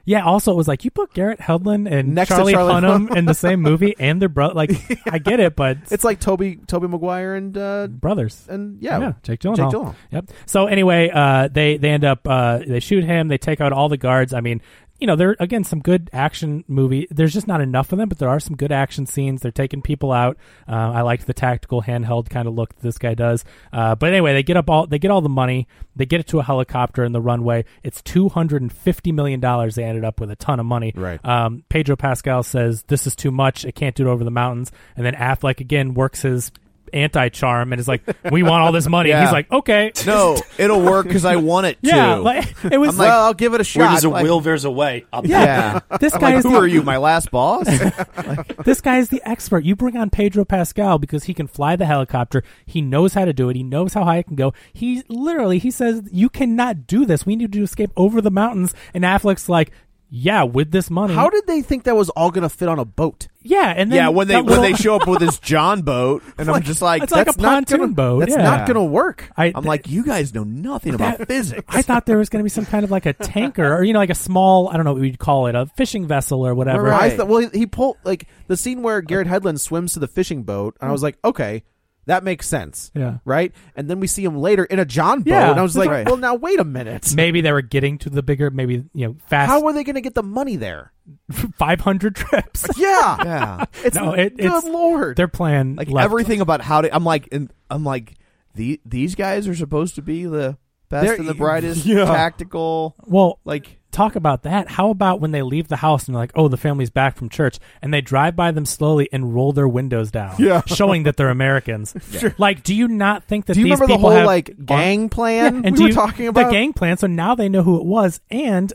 C: yeah. Also, it was like you put Garrett Hedlund and
A: Next to
C: Charlie,
A: Charlie
C: Hunnam
A: Hunnam.
C: in the same movie and their brother. Like I get it, but
A: It's like Toby, Toby Maguire and uh,
C: brothers.
A: and yeah,
C: Jake Gyllenhaal.
A: Jake Gyllenhaal.
C: Yep. So anyway, uh, they they end up uh, they shoot him. They take out all the guards. I mean, you know, they're again some good action movie. There's just not enough of them, but there are some good action scenes. They're taking people out. Uh, I liked the tactical handheld kind of look that this guy does. Uh, but anyway, they get up all they get all the money. They get it to a helicopter in the runway. It's two hundred and fifty million dollars. They ended up with a ton of money.
A: Right.
C: Um, Pedro Pascal says this is too much. It can't do it over the mountains. And then Affleck again works his anti charm and is like, "We want all this money." And
F: Yeah.
C: he's like, "Okay,
F: No, it'll work because I want it
C: yeah."
F: to.
C: Like, it was
F: I'm
C: like,
F: well, I'll give it a shot.
D: Where there's a
F: Like,
D: will, there's a way. I'll
F: Yeah.
C: This
F: I'm
C: guy
F: like, oh.
C: is
F: who
C: the-
F: are you, my last boss?
C: this guy is the expert. You bring on Pedro Pascal because he can fly the helicopter. He knows how to do it. He knows how high it can go. He literally he says, "You cannot do this. We need to escape over the mountains." And Affleck's like. yeah, with this money,
A: How did they think that was all going to fit on a boat?
C: yeah, and then
F: yeah, when they
C: that
F: when they
C: little-
F: show up with this John boat, and I'm
C: like-
F: just like,
C: it's like
F: that's
C: a
F: not
C: pontoon
F: gonna-
C: boat,
F: That's
C: yeah.
F: not gonna work.
C: I-
F: I'm like, you guys know nothing about physics.
C: I thought there was going to be some kind of like a tanker, or you know, like a small, I don't know what we'd call it, a fishing vessel or whatever.
A: Where I thought, well, he, he pulled like the scene where Garrett Hedlund swims to the fishing boat, and I was like, okay, that makes sense,
C: Yeah.
A: right? And then we see him later in a John boat,
C: Yeah.
A: and I was like,
F: Right.
A: well, now wait a minute,
C: Maybe they were getting to the bigger, maybe you know, fast
A: how are they going to get the money there?
C: five hundred trips.
A: Yeah,
F: yeah,
A: it's
C: No, it-
A: good
C: it's-
A: lord.
C: Their plan,
F: like
C: left.
F: everything about how to. I'm like, and I'm like, the these guys are supposed to be the best
A: They're-
F: and the brightest,
A: yeah.
F: tactical.
C: Well,
F: Like,
C: talk about that. How about when they leave the house and they're like, oh, the family's back from church, and they drive by them slowly and roll their windows down,
A: Yeah.
C: showing that they're Americans. Like, do you not think that
A: Do you
C: these
A: remember the
C: people
A: whole
C: have
A: like gang plan we
C: and do
A: were
C: you-
A: talking about?
C: the gang plan? So now they know who it was, and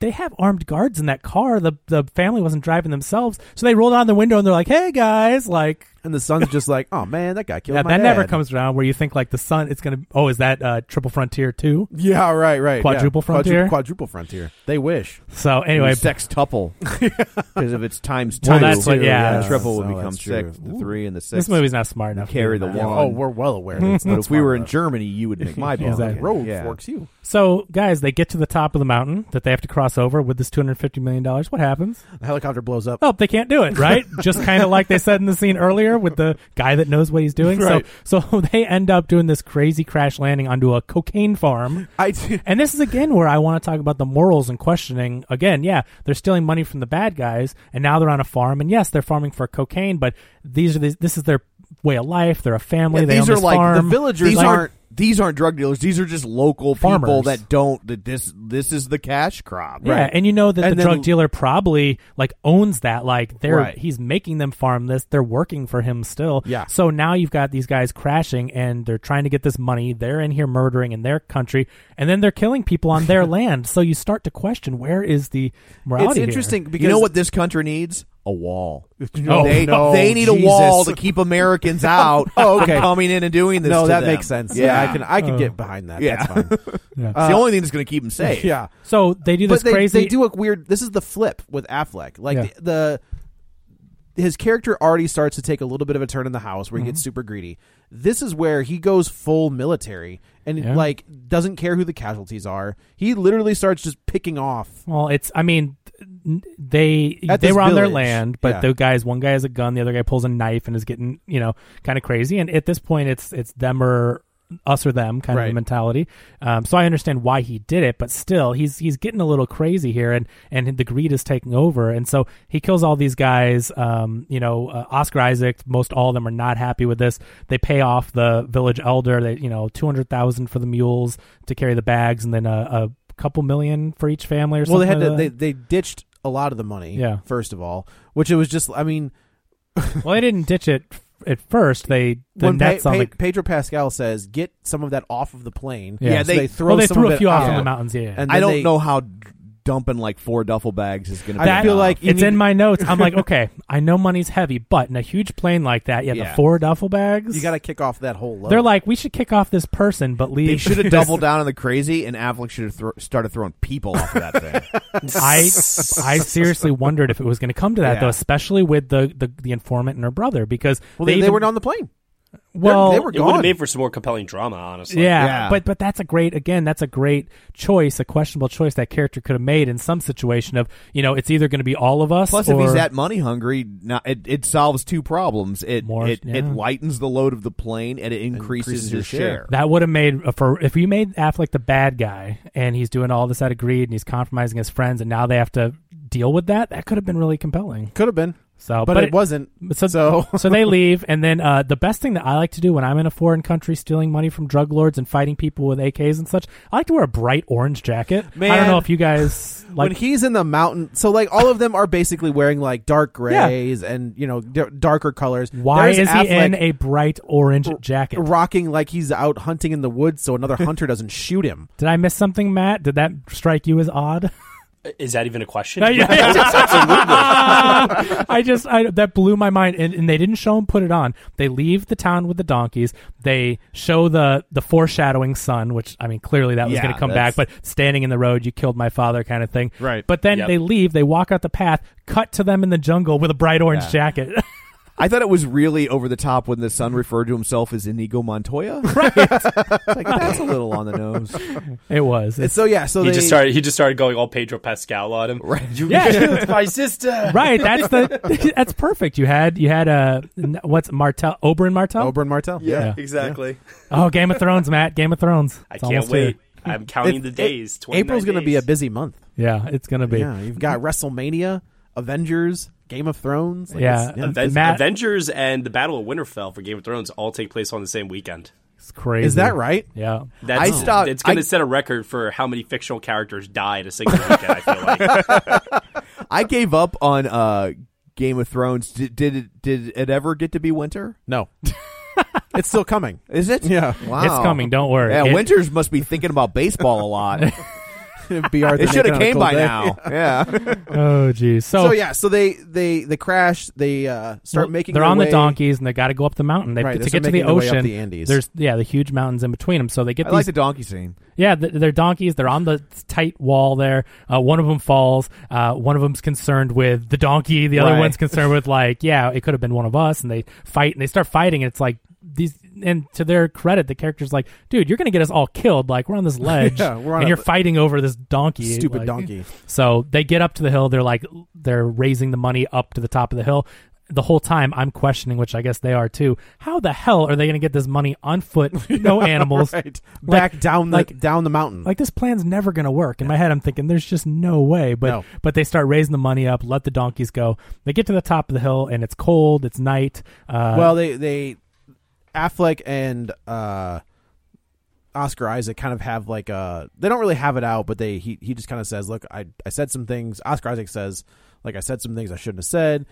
C: they have armed guards in that car. The the family wasn't driving themselves, so they roll down the window and they're like, hey guys, like.
A: and the son's just like, oh man, that guy killed
C: Yeah,
A: my
C: that never
A: dad."
C: comes around where you think like the sun. It's gonna. Oh, is that uh, Triple Frontier too?
A: Yeah, right, right. yeah.
C: Quadruple
A: Quadru-
C: frontier?
A: quadruple frontier. They wish.
C: So anyway,
F: sextuple because if it's times two,
C: Well, that's what- yeah.
F: the triple would
A: So
F: become
A: that's
F: six,
A: true.
F: the three and the six.
C: this movie's not smart enough. to do
F: carry the
C: that.
F: one.
A: Oh, we're well aware. That it's
F: but
A: not
F: if we
A: smart
F: were in
A: enough.
F: Germany, you would make my ball.
C: Exactly.
A: road
F: yeah.
A: forks you.
C: So, guys, they get to the top of the mountain that they have to cross over with this two hundred fifty million dollars. What happens?
A: The helicopter blows up.
C: Oh, they can't do it, right? Just kind of like they said in the scene earlier with the guy that knows what he's doing.
A: Right.
C: So, so they end up doing this crazy crash landing onto a cocaine farm.
A: I do.
C: And this is again where I want to talk about the morals and questioning. Again, yeah, they're stealing money from the bad guys, and now they're on a farm. And yes, they're farming for cocaine, but these are the, this is their way of life. They're a family.
F: Yeah,
C: they
F: these
C: own
F: are
C: this
F: like
C: farm.
F: the villagers
C: Like-
F: aren't these aren't drug dealers. These are just local people
C: Farmers.
F: that don't that this this is the cash crop.
C: Yeah, and you know that
F: And
C: the
F: then-
C: drug dealer probably like owns that. Like they're
F: Right.
C: he's making them farm this. They're working for him still.
A: Yeah.
C: So now you've got these guys crashing and they're trying to get this money. They're in here murdering in their country, and then they're killing people on their land. So you start to question where is the morality?
A: It's
C: here?
A: interesting because
F: you know what this country needs? A wall.
C: Oh,
F: they,
C: no,
F: they need a
A: Jesus.
F: wall to keep Americans out.
A: Oh, okay.
F: from coming in and doing this.
A: No,
F: to
A: that
F: them.
A: makes sense.
F: Yeah, Oh.
A: Yeah, I can I can get behind that.
F: Yeah. Uh,
A: That's fine.
C: Yeah.
F: it's the only thing that's going to keep them safe.
A: yeah.
C: So they do
A: But
C: this
A: they,
C: crazy.
A: they do a weird this is the flip with Affleck. Like
C: Yeah.
A: the, the his character already starts to take a little bit of a turn in the house where he
C: Mm-hmm.
A: gets super greedy. This is where he goes full military and
C: Yeah.
A: like doesn't care who the casualties are. He literally starts just picking off.
C: Well, it's I mean n- they
A: At
C: they
A: this
C: were on their
A: village,
C: land, but
A: yeah.
C: the guys one guy has a gun, the other guy pulls a knife and is getting you know kind of crazy. And at this point, it's it's them or us or them kind of
A: Right.
C: a mentality. Um, so I understand why he did it, but still he's he's getting a little crazy here, and and the greed is taking over, and so he kills all these guys. Um, you know, uh, Oscar Isaac, most all of them are not happy with this. They pay off the village elder, they you know two hundred thousand for the mules to carry the bags, and then a, a couple million for each family or
A: Well, they
C: something
A: had to
C: like
A: they,
C: that.
A: they ditched a lot of the money.
C: Yeah.
A: First of all, which it was just I mean
C: well, they didn't ditch it f- at first. They the
A: when
C: nets
A: Pa-
C: on
A: Pa-
C: the
A: Pedro Pascal says, "Get some of that off of the plane."
C: Yeah. Yeah,
A: So
F: they-
A: they throw.
C: well, they
A: some
C: threw
A: of
C: a
A: it
C: few off
A: out.
C: from the mountains. Yeah, yeah.
A: And
F: I
A: then
F: don't
A: they-
F: know how d- dumping like four duffel bags is going to.
A: I
C: That-
A: feel like you
C: it's
A: need-
C: in my notes. I'm like, okay, I know money's heavy, but in a huge plane like that, yeah,
F: Yeah.
C: the four duffel bags.
A: You got to kick off that whole load.
C: They're like, we should kick off this person, but leave.
F: They should have
C: this-
F: doubled down on the crazy, and Affleck should have thro- started throwing people off of that thing.
C: I I seriously wondered if it was going to come to that
F: Yeah.
C: though, especially with the, the the informant and her brother, because
A: well, they, they
C: even-
A: weren't on the plane. They're-
C: well
A: they were
D: It would have
A: gone.
D: made for some more compelling drama, honestly.
C: Yeah,
F: Yeah.
C: but but that's a great again. That's a great choice, a questionable choice that character could have made in some situation of you know it's either going to be all of us.
F: Plus,
C: or,
F: if he's that money hungry, now it, it solves two problems. It
C: More-
F: it, it
C: yeah.
F: lightens the load of the plane, and it increases,
A: Increases your
F: his
A: share.
F: share.
C: That would have made uh, for if you made Affleck the bad guy and he's doing all this out of greed and he's compromising his friends and now they have to deal with that. That could have been really compelling.
A: Could have been,
C: So,
A: but, it, wasn't.
C: So, so. they leave, and then uh, the best thing that I like to do when I'm in a foreign country stealing money from drug lords and fighting people with AKs and such, I like to wear a bright orange jacket. I
A: Man.
C: don't know if you guys like.
A: when he's in the mountain, so like all of them are basically wearing like dark grays and you know d- darker colors.
C: why
A: There's
C: is he
A: Affleck
C: in a bright orange jacket?
A: rocking like he's out hunting in the woods so another hunter doesn't shoot him?
C: Did I miss something, Matt? Did that strike you as odd?
D: Is that even a question?
C: Yeah, yeah, yeah.
D: Absolutely.
C: I just I, that blew my mind, and, and they didn't show him put it on. They leave the town with the donkeys. They show the the foreshadowing sun, which I mean, clearly that was
G: Yeah,
C: going to come back. But
G: that's-
C: standing in the road, you killed my father, kind of thing.
G: Right.
C: But then
G: Yep.
C: they leave. They walk out the path. Cut to them in the jungle with a bright orange
F: Yeah.
C: jacket.
F: I thought it was really over the top when the son referred to himself as Inigo Montoya.
C: Right.
F: like that's a little on the nose.
C: It was.
F: And so, yeah, so
D: he
F: they-
D: just started. He just started going all Pedro Pascal on him. Right. You
C: Yeah.
D: killed my sister.
C: right. That's the that's perfect. You had you had a what's Martel Oberyn Martel
A: Oberyn Oh, Martel.
D: Yeah, exactly.
C: Oh, Game of Thrones, Matt. Game of Thrones.
D: I
C: It's
D: can't
C: almost
D: wait.
C: here.
D: I'm counting
A: It's-
D: the days.
A: it- April's going to be a busy month.
C: Yeah, it's gonna be.
A: Yeah, you've got WrestleMania, Avengers, Game of Thrones. like, it's-
D: Aven- Avengers and the Battle of Winterfell for Game of Thrones all take place on the same weekend.
C: It's crazy.
A: Is that right?
C: Yeah.
D: That's,
A: I stopped-
D: It's going
A: I-
D: to set a record for how many fictional characters die in a single weekend. I feel like.
F: I gave up on uh, Game of Thrones. Did, did it did it ever get to be winter?
A: No. it's still coming.
F: Is it?
A: Yeah.
F: Wow.
C: It's coming, don't worry.
F: Yeah,
C: It-
F: winters must be thinking about baseball a lot.
A: BR
F: it
A: than
F: should have
A: economical
F: came by
A: day.
F: now. Yeah.
C: Oh, geez. So,
A: So, yeah, so they they they crash. They uh, start
C: well,
A: making.
C: They're
A: their
C: on
A: way-
C: the donkeys and they got to go up the mountain. They
A: Right,
C: to
A: they
C: get
A: start
C: to the
A: making their way up
C: ocean.
A: the Andes.
C: There's yeah, the huge mountains in between them. So they get
F: I
C: these.
F: like the donkey scene.
C: yeah, th- they're donkeys. They're on the tight wall there. Uh, one of them falls. Uh, one of them's concerned with the donkey. The other
A: Right.
C: one's concerned with like, yeah, it could have been one of us. And they fight and they start fighting. And it's like these. And to their credit, the character's like, dude, you're gonna get us all killed. Like we're on this ledge
A: Yeah, we're on
C: and
A: a-
C: you're fighting over this donkey.
A: Stupid
C: like-
A: donkey.
C: So they get up to the hill. They're like, they're raising the money up to the top of the hill. The whole time I'm questioning, which I guess they are too. How the hell are they going to get this money on foot? No animals.
A: Right.
C: Like-
A: back down the
C: like
A: down the mountain.
C: like this plan's never going to work. In my head, I'm thinking there's just no way. But
A: No.
C: but they start raising the money up. Let the donkeys go. They get to the top of the hill and it's cold. It's night. Uh,
A: well, they they Affleck and uh, Oscar Isaac kind of have like a they don't really have it out, but they he he just kind of says, "Look, I I said some things." Oscar Isaac says, "Like I said some things I shouldn't have said."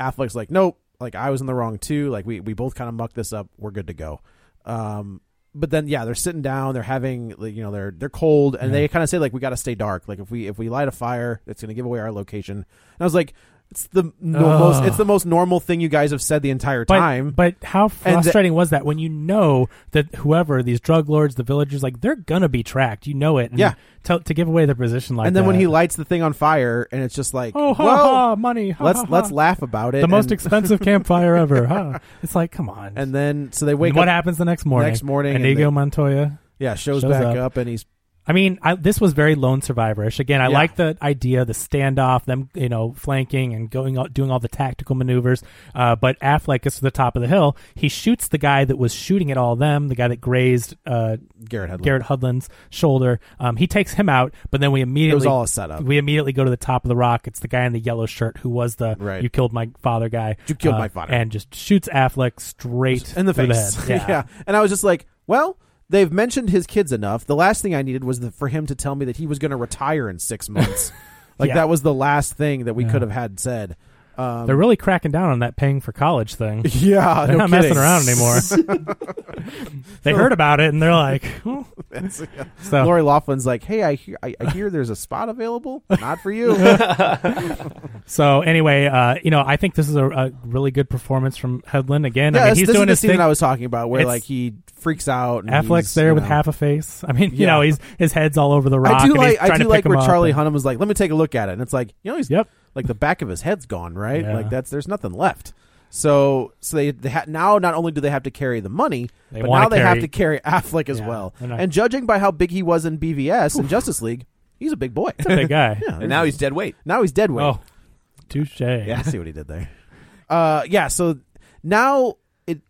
A: Affleck's like, "Nope, like I was in the wrong too. Like we we both kind of mucked this up. We're good to go." Um, but then yeah, they're sitting down. They're having like, you know they're they're cold, and they kind of say like we got to stay dark. Like if we if we light a fire, it's gonna give away our location. And I was like. It's the no,
C: Ugh.
A: most it's the most normal thing you guys have said the entire
C: but,
A: time.
C: But how
A: And the-
C: frustrating was that when you know that whoever these drug lords, the villagers, like they're gonna be tracked. You know it. And
A: Yeah.
C: To, to give away their position like.
A: and then when
C: that.
A: he lights the thing on fire, and it's just like,
C: Oh, ha,
A: well,
C: ha, money, ha,
A: let's
C: ha, ha.
A: let's laugh about it.
C: the most
A: and,
C: expensive campfire ever, huh? It's like, come on.
A: and then so they wake
C: what
A: up.
C: happens the next morning?
A: Next morning, and
C: Inigo
A: they-
C: Montoya.
A: Yeah, shows,
C: Shows
A: back
C: up.
A: up. and he's
C: I mean, I, this was very lone survivorish. Again, I
A: Yeah.
C: like the idea, the standoff, them you know flanking and going out, doing all the tactical maneuvers. Uh, but Affleck gets to the top of the hill. He shoots the guy that was shooting at all of them, the guy that grazed uh,
A: Garrett Hedlund.
C: Garrett Hudlin's shoulder. Um, he takes him out, but then we immediately
A: all a setup.
C: We immediately go to the top of the rock. It's the guy in the yellow shirt who was the
A: Right.
C: "you killed my father" guy. Uh,
A: You killed my father.
C: and just shoots Affleck straight
A: in the
C: through
A: face.
C: head. yeah.
A: and I was just like, well. They've mentioned his kids enough. The last thing I needed was the, for him to tell me that he was going to retire in six months. like
C: Yeah.
A: that was the last thing that we
C: Yeah.
A: could have had said. Um,
C: They're really cracking down on that paying for college thing.
A: yeah,
C: They're
A: no
C: not
A: kidding.
C: messing around anymore. they heard about it and they're like, "Hmm." so
A: Lori Laughlin's like, hey, I hear, I, I hear there's a spot available. Not for you.
C: so anyway, uh, you know, I think this is a, a really good performance from Headland again.
A: Yeah,
C: I mean,
A: this-
C: he's
A: this is
C: doing
A: the
C: his
A: scene
C: thing.
A: that I was talking about, where
C: It's-
A: like he freaks out. And
C: Affleck's
A: he's,
C: there
A: you
C: with
A: know.
C: half a face. I mean, you
A: Yeah.
C: know, he's his head's all over the rock.
A: I do
C: and he's
A: like I
C: trying
A: do
C: to
A: like
C: pick him
A: where
C: up
A: Charlie
C: and-
A: Hunnam was like, "Let me take a look at it," and it's like, you know, he's
C: Yep.
A: like the back of his head's gone, right?
C: Yeah.
A: Like that's there's nothing left. So so they, they ha- now not only do they have to carry the money,
C: They
A: but
C: wanna
A: now they have
C: carry-
A: to carry Affleck as
C: Yeah,
A: well.
C: they're not-
A: And judging by how big he was in BVS and Justice League, he's a big boy.
C: Big guy.
A: Yeah.
F: And now he's dead weight.
A: now he's dead weight.
C: Oh, touche.
A: Yeah, I see what he did there. Uh, yeah. So now it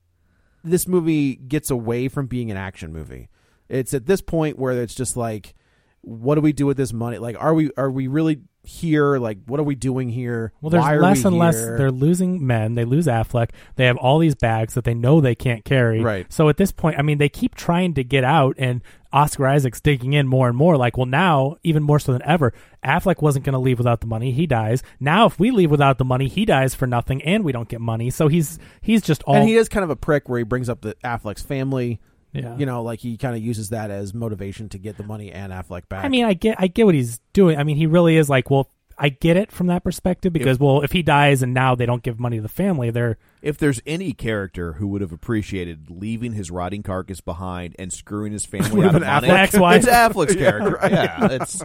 A: this movie gets away from being an action movie. It's at this point where it's just like, what do we do with this money? Like, are we are we really here? Like, what are we doing here?
C: Well, there's
A: Why are
C: less
A: we
C: and less.
A: here?
C: They're losing men. They lose Affleck. They have all these bags that they know they can't carry.
A: Right.
C: So at this point, I mean, they keep trying to get out, and Oscar Isaac's digging in more and more. Like, well, now even more so than ever, Affleck wasn't going to leave without the money. He dies. Now, if we leave without the money, he dies for nothing, and we don't get money. So he's he's just all
A: and he is kind of a prick where he brings up the Affleck's family.
C: Yeah.
A: You know, like he kind of uses that as motivation to get the money and Affleck back.
C: I mean, I get I get what he's doing. I mean, he really is like, well, I get it from that perspective because, well, if he dies and now they don't give money to the family, they're
F: If there's any character who would have appreciated leaving his rotting carcass behind and screwing his family out of
C: been
F: money,
C: Affleck. Ex-wife.
F: it's Affleck's
C: Yeah,
F: character.
C: right.
F: Yeah, it's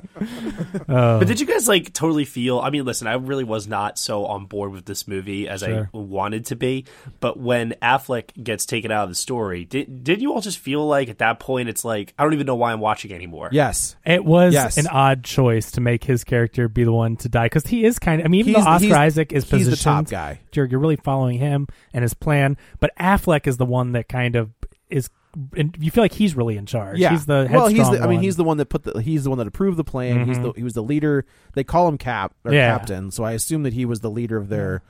D: but did you guys like totally feel? I mean, listen, I really was not so on board with this movie as
C: Sure.
D: I wanted to be. But when Affleck gets taken out of the story, did did you all just feel like at that point it's like I don't even know why I'm watching anymore?
A: yes.
C: It was
A: Yes.
C: an odd choice to make his character be the one to die because he is kind of. I mean, even
A: He's-
C: though Oscar
A: he's-
C: Isaac is
A: he's the
C: positioned,
A: top guy.
C: You're, you're really following him and his plan, but Affleck is the one that kind of is. And you feel like he's really in charge.
A: Yeah.
C: he's the
A: well, he's
C: headstrong
A: the, I mean,
C: one. Mm-hmm.
A: he's the one that put the he's the one that approved the plan. He's the he was the leader. They call him Cap or
C: Yeah.
A: Captain, so I assume that he was the leader of their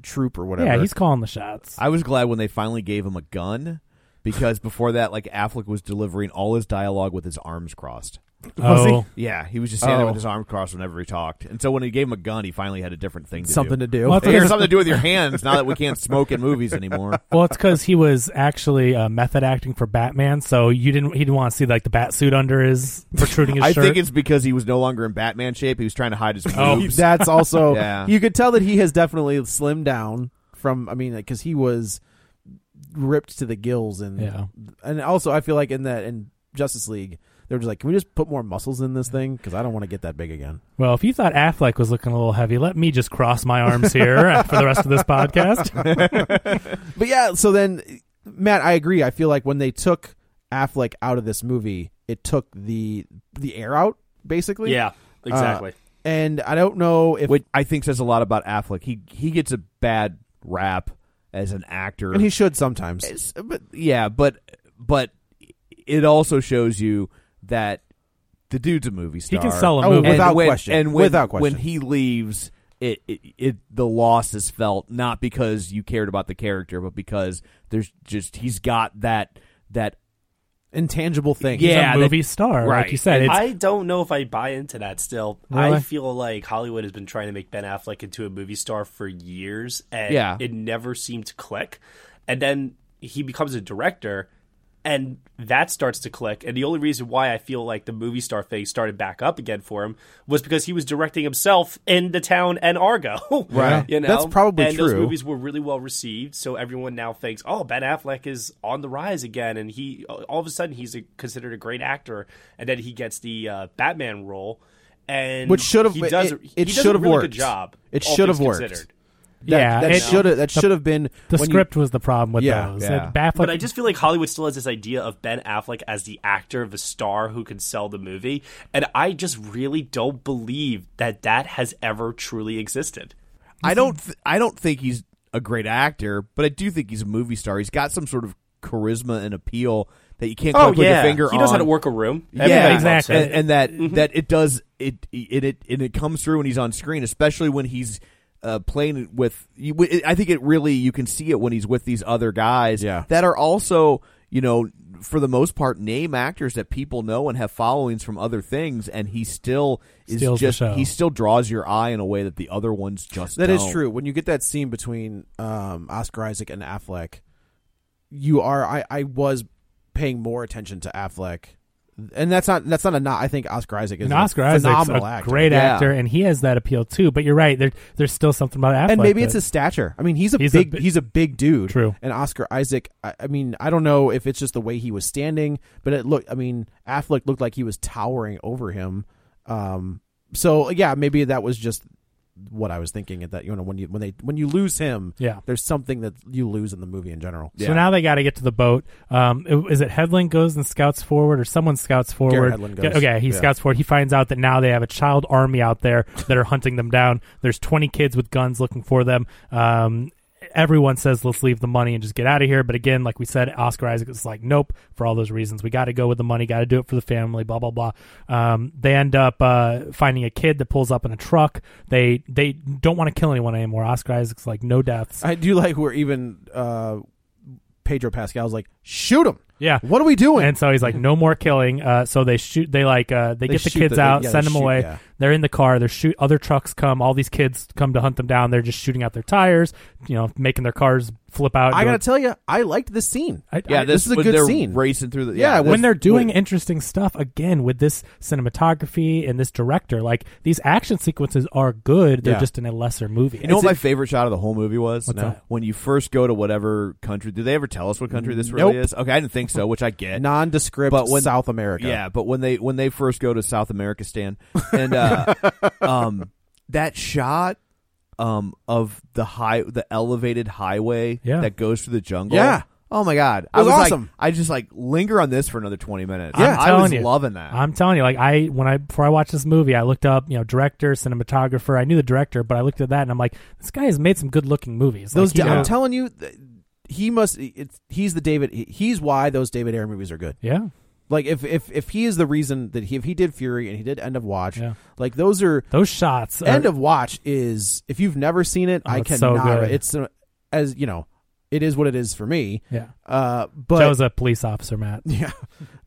A: troop or whatever.
C: yeah, he's calling the shots.
F: I was glad when they finally gave him a gun because before that, like Affleck was delivering all his dialogue with his arms crossed.
C: oh,
F: Yeah, he was just standing there
C: Oh.
F: with his arm crossed whenever he talked. And so when he gave him a gun, he finally had a different thing to
A: something
F: do.
A: to do.
C: Well, I
F: Hey, here's
C: Because-
F: something to do with your hands now that we can't smoke in movies anymore.
C: well, it's because he was actually uh, method acting for Batman, so you didn't. He didn't want to see like the bat suit under his protruding his
F: I
C: shirt. Oh.
F: think it's because he was no longer in Batman shape. He was trying to hide his boobs.
A: That's also
F: Yeah.
A: you could tell that he has definitely slimmed down from. I mean, because he was ripped to the gills, and
C: Yeah.
A: and also I feel like in that in Justice League they were just like, can we just put more muscles in this thing? Because I don't want to get that big again.
C: well, if you thought Affleck was looking a little heavy, let me just cross my arms here for the rest of this podcast.
A: But yeah, so then Matt, I agree. I feel like when they took Affleck out of this movie, it took the the air out basically.
D: yeah, exactly.
A: Uh, and I don't know if
F: Which I think says a lot about Affleck. He he gets a bad rap as an actor.
A: and he should sometimes.
F: It's- but, yeah, but but it also shows you that the dude's a movie
C: He
F: star.
C: can sell a
A: Oh,
C: movie.
A: without
F: and when,
A: question.
F: And when,
A: Without question.
F: when he leaves, it, it it the loss is felt not because you cared about the character, but because there's just he's got that that
A: Intangible thing.
C: He's
F: Yeah,
C: a
F: that-
C: movie star,
F: right.
C: like you said. It's,
D: I don't know if I buy into that still.
C: Really?
D: I feel like Hollywood has been trying to make Ben Affleck into a movie star for years and
F: Yeah.
D: it never seemed to click. And then he becomes a director and that starts to click. And the only reason why I feel like the movie star thing started back up again for him was because he was directing himself in The Town and Argo.
A: Right.
D: you know?
A: That's probably
D: and Those
A: true.
D: movies were really well received, so everyone now thinks, "Oh, Ben Affleck is on the rise again," and he all of a sudden he's a, considered a great actor, and then he gets the uh, Batman role, and
A: Which should have-
D: he does
A: it-
D: he
A: it
D: does
A: should
D: a
A: have
D: really
A: worked.
D: good job.
A: It
D: all
A: should have
D: things
A: worked.
D: considered.
A: That,
C: yeah,
A: that
C: it-
A: should have that should have been
C: the
A: when you-
C: script was the problem with
A: Yeah,
C: those.
F: yeah.
C: It baffled-
D: But I just feel like Hollywood still has this idea of Ben Affleck as the actor of a star who can sell the movie, and I just really don't believe that that has ever truly existed.
F: I don't th- I don't think he's a great actor, but I do think he's a movie star. He's got some sort of charisma and appeal that you can't
A: Oh,
F: quite put your finger
D: Oh, he
F: on.
D: knows how to work a room.
F: yeah,
D: Everybody Mm-hmm. loves
C: exactly.
D: him.
F: And, and that that it does it it it and it comes through when he's on screen, especially when he's uh, playing with. You, wi- I think it really you can see it when he's with these other guys
A: Yeah.
F: that are also you know for the most part name actors that people know and have followings from other things, and he still is
C: Steals the
F: just
C: show.
F: he still draws your eye in a way that the other ones just
A: That is
F: don't.
A: true. When you get that scene between um, Oscar Isaac and Affleck, you are I, I was paying more attention to Affleck, and that's not that's not a not. I think Oscar Isaac is
C: and
A: a
C: Oscar Isaac's
A: phenomenal
C: a
A: actor.
C: great
F: Yeah.
C: actor, and he has that appeal too. But you're right; there, there's still something about Affleck.
A: and maybe
C: that-
A: it's his stature. I mean, he's a
C: He's a
A: big
C: bi-
A: he's a big dude.
C: True.
A: And Oscar Isaac, I, I mean, I don't know if it's just the way he was standing, but it looked. I mean, Affleck looked like he was towering over him. Um. So yeah, maybe that was just what I was thinking at that. You know, when you when they when you lose him,
C: Yeah.
A: there's something that you lose in the movie in general.
C: So now they got to get to the boat. Um, i- is it Headland goes and scouts forward, or someone scouts forward?
A: Headland goes.
C: Okay, he
A: Yeah.
C: scouts forward. He finds out that now they have a child army out there that are hunting them down. There's 20 kids with guns looking for them. Um, everyone says, "Let's leave the money and just get out of here." But again, like we said, Oscar Isaac is like, "Nope." For all those reasons, we got to go with the money. Got to do it for the family. Blah blah blah. Um, they end up uh, finding a kid that pulls up in a truck. They they don't want to kill anyone anymore. Oscar Isaac's like, "No deaths."
A: I do like where even uh, Pedro Pascal's like, shoot him.
C: Yeah.
A: What are we doing?
C: And so he's like, no more killing. Uh, so they shoot. They like uh, they,
A: They
C: get the
A: shoot
C: kids
A: the-
C: out,
A: yeah, they
C: send them
A: shoot,
C: away.
A: yeah.
C: They're in the car. They're shoot. Other trucks come. All these kids come to hunt them down. They're just shooting out their tires. You know, making their cars flip out.
A: I
C: doing-
A: gotta tell you, I liked this scene.
C: I-
F: Yeah,
C: I-
F: this,
A: this is a
F: when
A: good
F: they're
A: scene.
F: racing through the yeah.
A: Yeah, when
F: this-
C: when they're doing
F: wait,
C: interesting stuff again with this cinematography and this director, like these action sequences are good. They're
A: Yeah.
C: just in a lesser movie.
F: You know what my favorite shot of the whole movie was?
C: What's that?
F: When you first go to whatever country, do they ever tell us what country this
A: Nope.
F: really is? Okay, I didn't think so, which I get.
A: Nondescript
F: But when-
A: South America.
F: Yeah, but when they when they first go to South America, Stan, and uh, um, that shot um of the high the elevated highway
C: Yeah.
F: that goes through the jungle.
A: Yeah.
F: Oh my god,
A: It was
F: I was
A: awesome.
F: Like, I just like linger on this for another twenty minutes.
C: I'm
F: I
C: telling
F: was
C: you,
F: loving that.
C: I'm telling you, like I when I before I watched this movie, I looked up, you know, director, cinematographer. I knew the director, but I looked at that and I'm like, this guy has made some good looking movies.
A: Those
C: like,
A: da-
C: he
A: I'm
C: knows-
A: telling you, th- he must. It's, he's the David. he- He's why those David Ayer movies are good.
C: yeah,
A: Like if if if he is the reason that he if he did Fury and he did End of Watch,
C: Yeah.
A: like those are
C: those shots.
A: End
C: are,
A: of Watch is if you've never seen it,
C: Oh,
A: I
C: it's so
A: cannot.
C: good.
A: It's uh, as you know, it is what it is for me.
C: yeah.
A: Uh,
C: That
A: but
C: was a police officer, Matt.
A: yeah,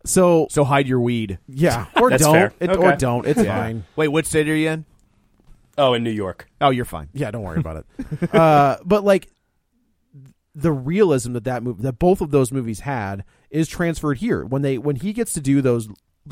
A: so
F: so hide your weed.
A: yeah, or
D: That's
A: don't,
D: fair.
A: it,
D: Okay.
A: or don't. It's fine.
F: Wait, which state are you in?
D: Oh, in New York.
F: Oh, you're fine.
A: Yeah, don't worry about it. uh, but like the realism that that movie that both of those movies had is transferred here when they when he gets to do those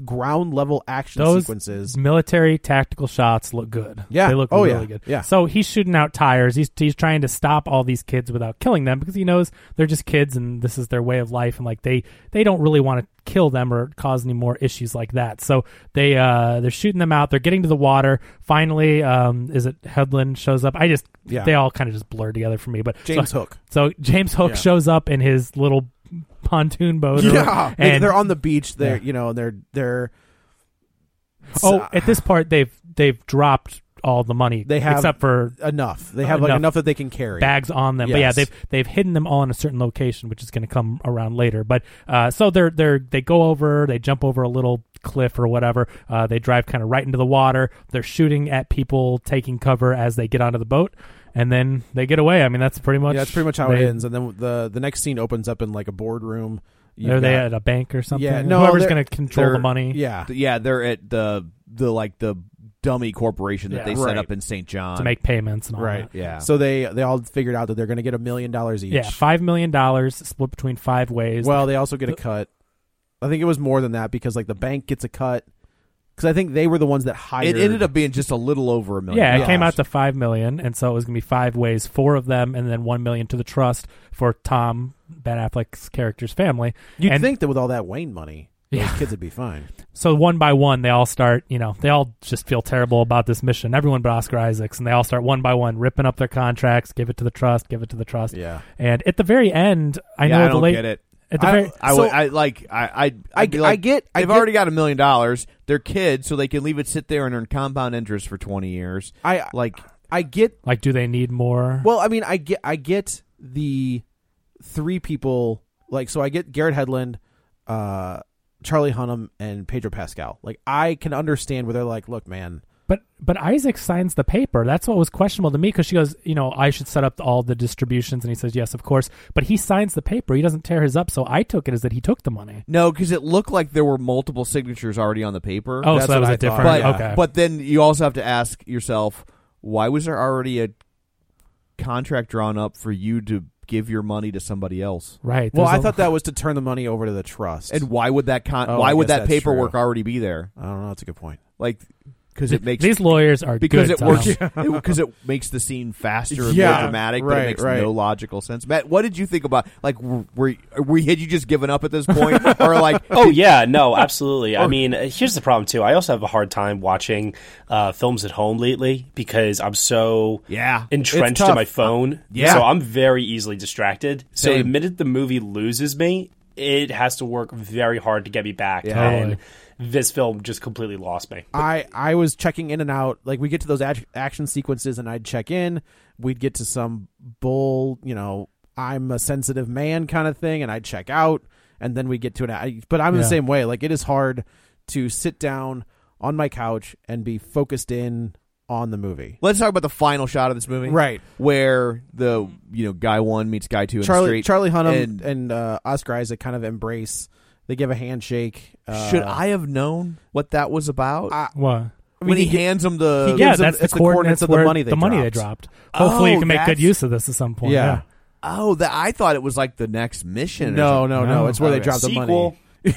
A: ground level action
C: Those
A: sequences.
C: military tactical shots look good.
A: Yeah.
C: they look
A: Oh,
C: really
A: yeah.
C: good.
A: Yeah.
C: So he's shooting out tires. He's he's trying to stop all these kids without killing them because he knows they're just kids and this is their way of life and like they they don't really want to kill them or cause any more issues like that. So they uh they're shooting them out. They're getting to the water. Finally, um is it Headland shows up? I just
A: Yeah.
C: they all kind of just blur together for me. But
A: James
C: so,
A: Hook.
C: So James Hook
A: Yeah.
C: shows up in his little pontoon boat. or-
A: Yeah, Like,
C: and
A: they're on the beach. They're
C: Yeah.
A: you know they're they're
C: Oh, at this part they've they've dropped all the money
A: They have-
C: except for
A: enough. They have like
C: Enough.
A: enough that they can carry.
C: bags on them. But yeah,
A: Yes.
C: they've they've hidden them all in a certain location, which is going to come around later. But uh, so they're they're they go over, they jump over a little cliff or whatever. Uh, they drive kind of right into the water. They're shooting at people, taking cover as they get onto the boat, and then they get away. I mean, that's pretty much
A: yeah, that's pretty much how
C: they,
A: it ends. And then the the next scene opens up in like a boardroom. You've
C: Are they
A: got-
C: at a bank or something?
A: Yeah, no,
C: whoever's
A: they're-
C: going to control the
F: they're-
C: money.
A: yeah,
F: Yeah, they're at the the like the dummy corporation that
C: Yeah.
F: they
A: Right.
F: set up in St. John
C: To make payments and all
A: right.
C: that.
F: Yeah.
A: So they they all figured out that they're going to get a million dollars each.
C: Yeah, five million dollars split between five ways.
A: Well, they also get a
C: the-
A: cut. I think it was more than that because like the bank gets a cut because I think they were the ones that hired.
F: It ended up being just a little over a million.
C: Yeah, it came
F: dollars.
C: out to five million, and so it was gonna be five ways, four of them, and then one million to the trust for Tom Ben Affleck's character's family.
A: You'd
C: and
A: think that with all that Wayne money, those
C: Yeah.
A: kids would be fine.
C: so one by one, they all start. You know, they all just feel terrible about this mission. Everyone but Oscar Isaacs, and they all start one by one ripping up their contracts. Give it to the trust. Give it to the trust.
A: Yeah.
C: And at the very end, I
F: Yeah,
C: know
F: I
C: the
F: don't
C: late.
F: get it.
C: At the
F: I,
C: very,
F: I
A: so-
F: would- I like I I I'd be
A: I
F: like,
A: get- I
F: they've
A: get-
F: already got a million dollars. They're kids, so they can leave it sit there and earn compound interest for twenty years.
A: I
F: like
A: I get
C: like, do they need more?
A: well. I mean, I get I get the three people like so. I get Garrett Headland, uh, Charlie Hunnam, and Pedro Pascal. Like I can understand where they're like, look, man,
C: But but Isaac signs the paper. That's what was questionable to me because she goes, you know, I should set up all the distributions, and he says, yes, of course. But he signs the paper. He doesn't tear his up. So I took it as that he took the money.
F: no, because it looked like there were multiple signatures already on the paper.
C: Oh,
A: That's
C: so that
A: what
C: was
A: I
C: a different.
F: but
A: yeah.
C: Okay,
F: but then you also have to ask yourself, why was there already a contract drawn up for you to give your money to somebody else?
C: right.
A: well,
C: there's
A: I
C: a-
A: thought that was to turn the money over to the trust.
F: And why would that con-
A: Oh,
F: why
A: I
F: would that
A: guess that's
F: paperwork
A: true.
F: already be there?
A: I don't know. That's a good point.
F: Like because it makes
C: these lawyers are
F: because
C: good,
F: it works
C: Tom.
F: because it, makes the scene faster and
A: Yeah,
F: more dramatic, but
A: right,
F: it makes
A: right.
F: no logical sense. Matt, what did you think about like w- were we had you just given up at this point or like
D: Oh yeah, no, absolutely. I mean, uh, here's the problem too. I also have a hard time watching uh, films at home lately because I'm so
F: Yeah, it's
D: entrenched
F: tough. Uh,
D: in my phone.
F: Yeah.
D: so I'm very easily distracted. So the
F: Same.
D: minute the movie loses me, it has to work very hard to get me back. And this film just completely lost me.
A: I I was checking in and out. Like we get to those ac- action sequences, and I'd check in. We'd get to some bull, you know, I'm a sensitive man kind of thing, and I'd check out, and then we get to an. I, but I'm
C: Yeah.
A: the same way. Like it is hard to sit down on my couch and be focused in on the movie.
F: Let's talk about the final shot of this movie,
A: Right.
F: Where the you know guy one meets guy two in the
A: Charlie
F: street.
A: Charlie Hunnam and,
F: And
A: uh, Oscar Isaac kind of embrace. They give a handshake. Uh,
F: should I have known what that was about
A: I-
C: What?
F: when he, hands him the?
C: yeah,
A: gives them-
C: that's the
A: it's the coordinates
C: coordinates
A: of the
C: where
A: money they
C: the money they dropped. Hopefully,
F: Oh,
C: you can make good
F: that's-
C: use of this at some point.
A: Yeah.
C: Yeah.
F: Oh, that I thought it was like the next mission. or
A: No,
F: something.
A: no, no, it's where they drop the money.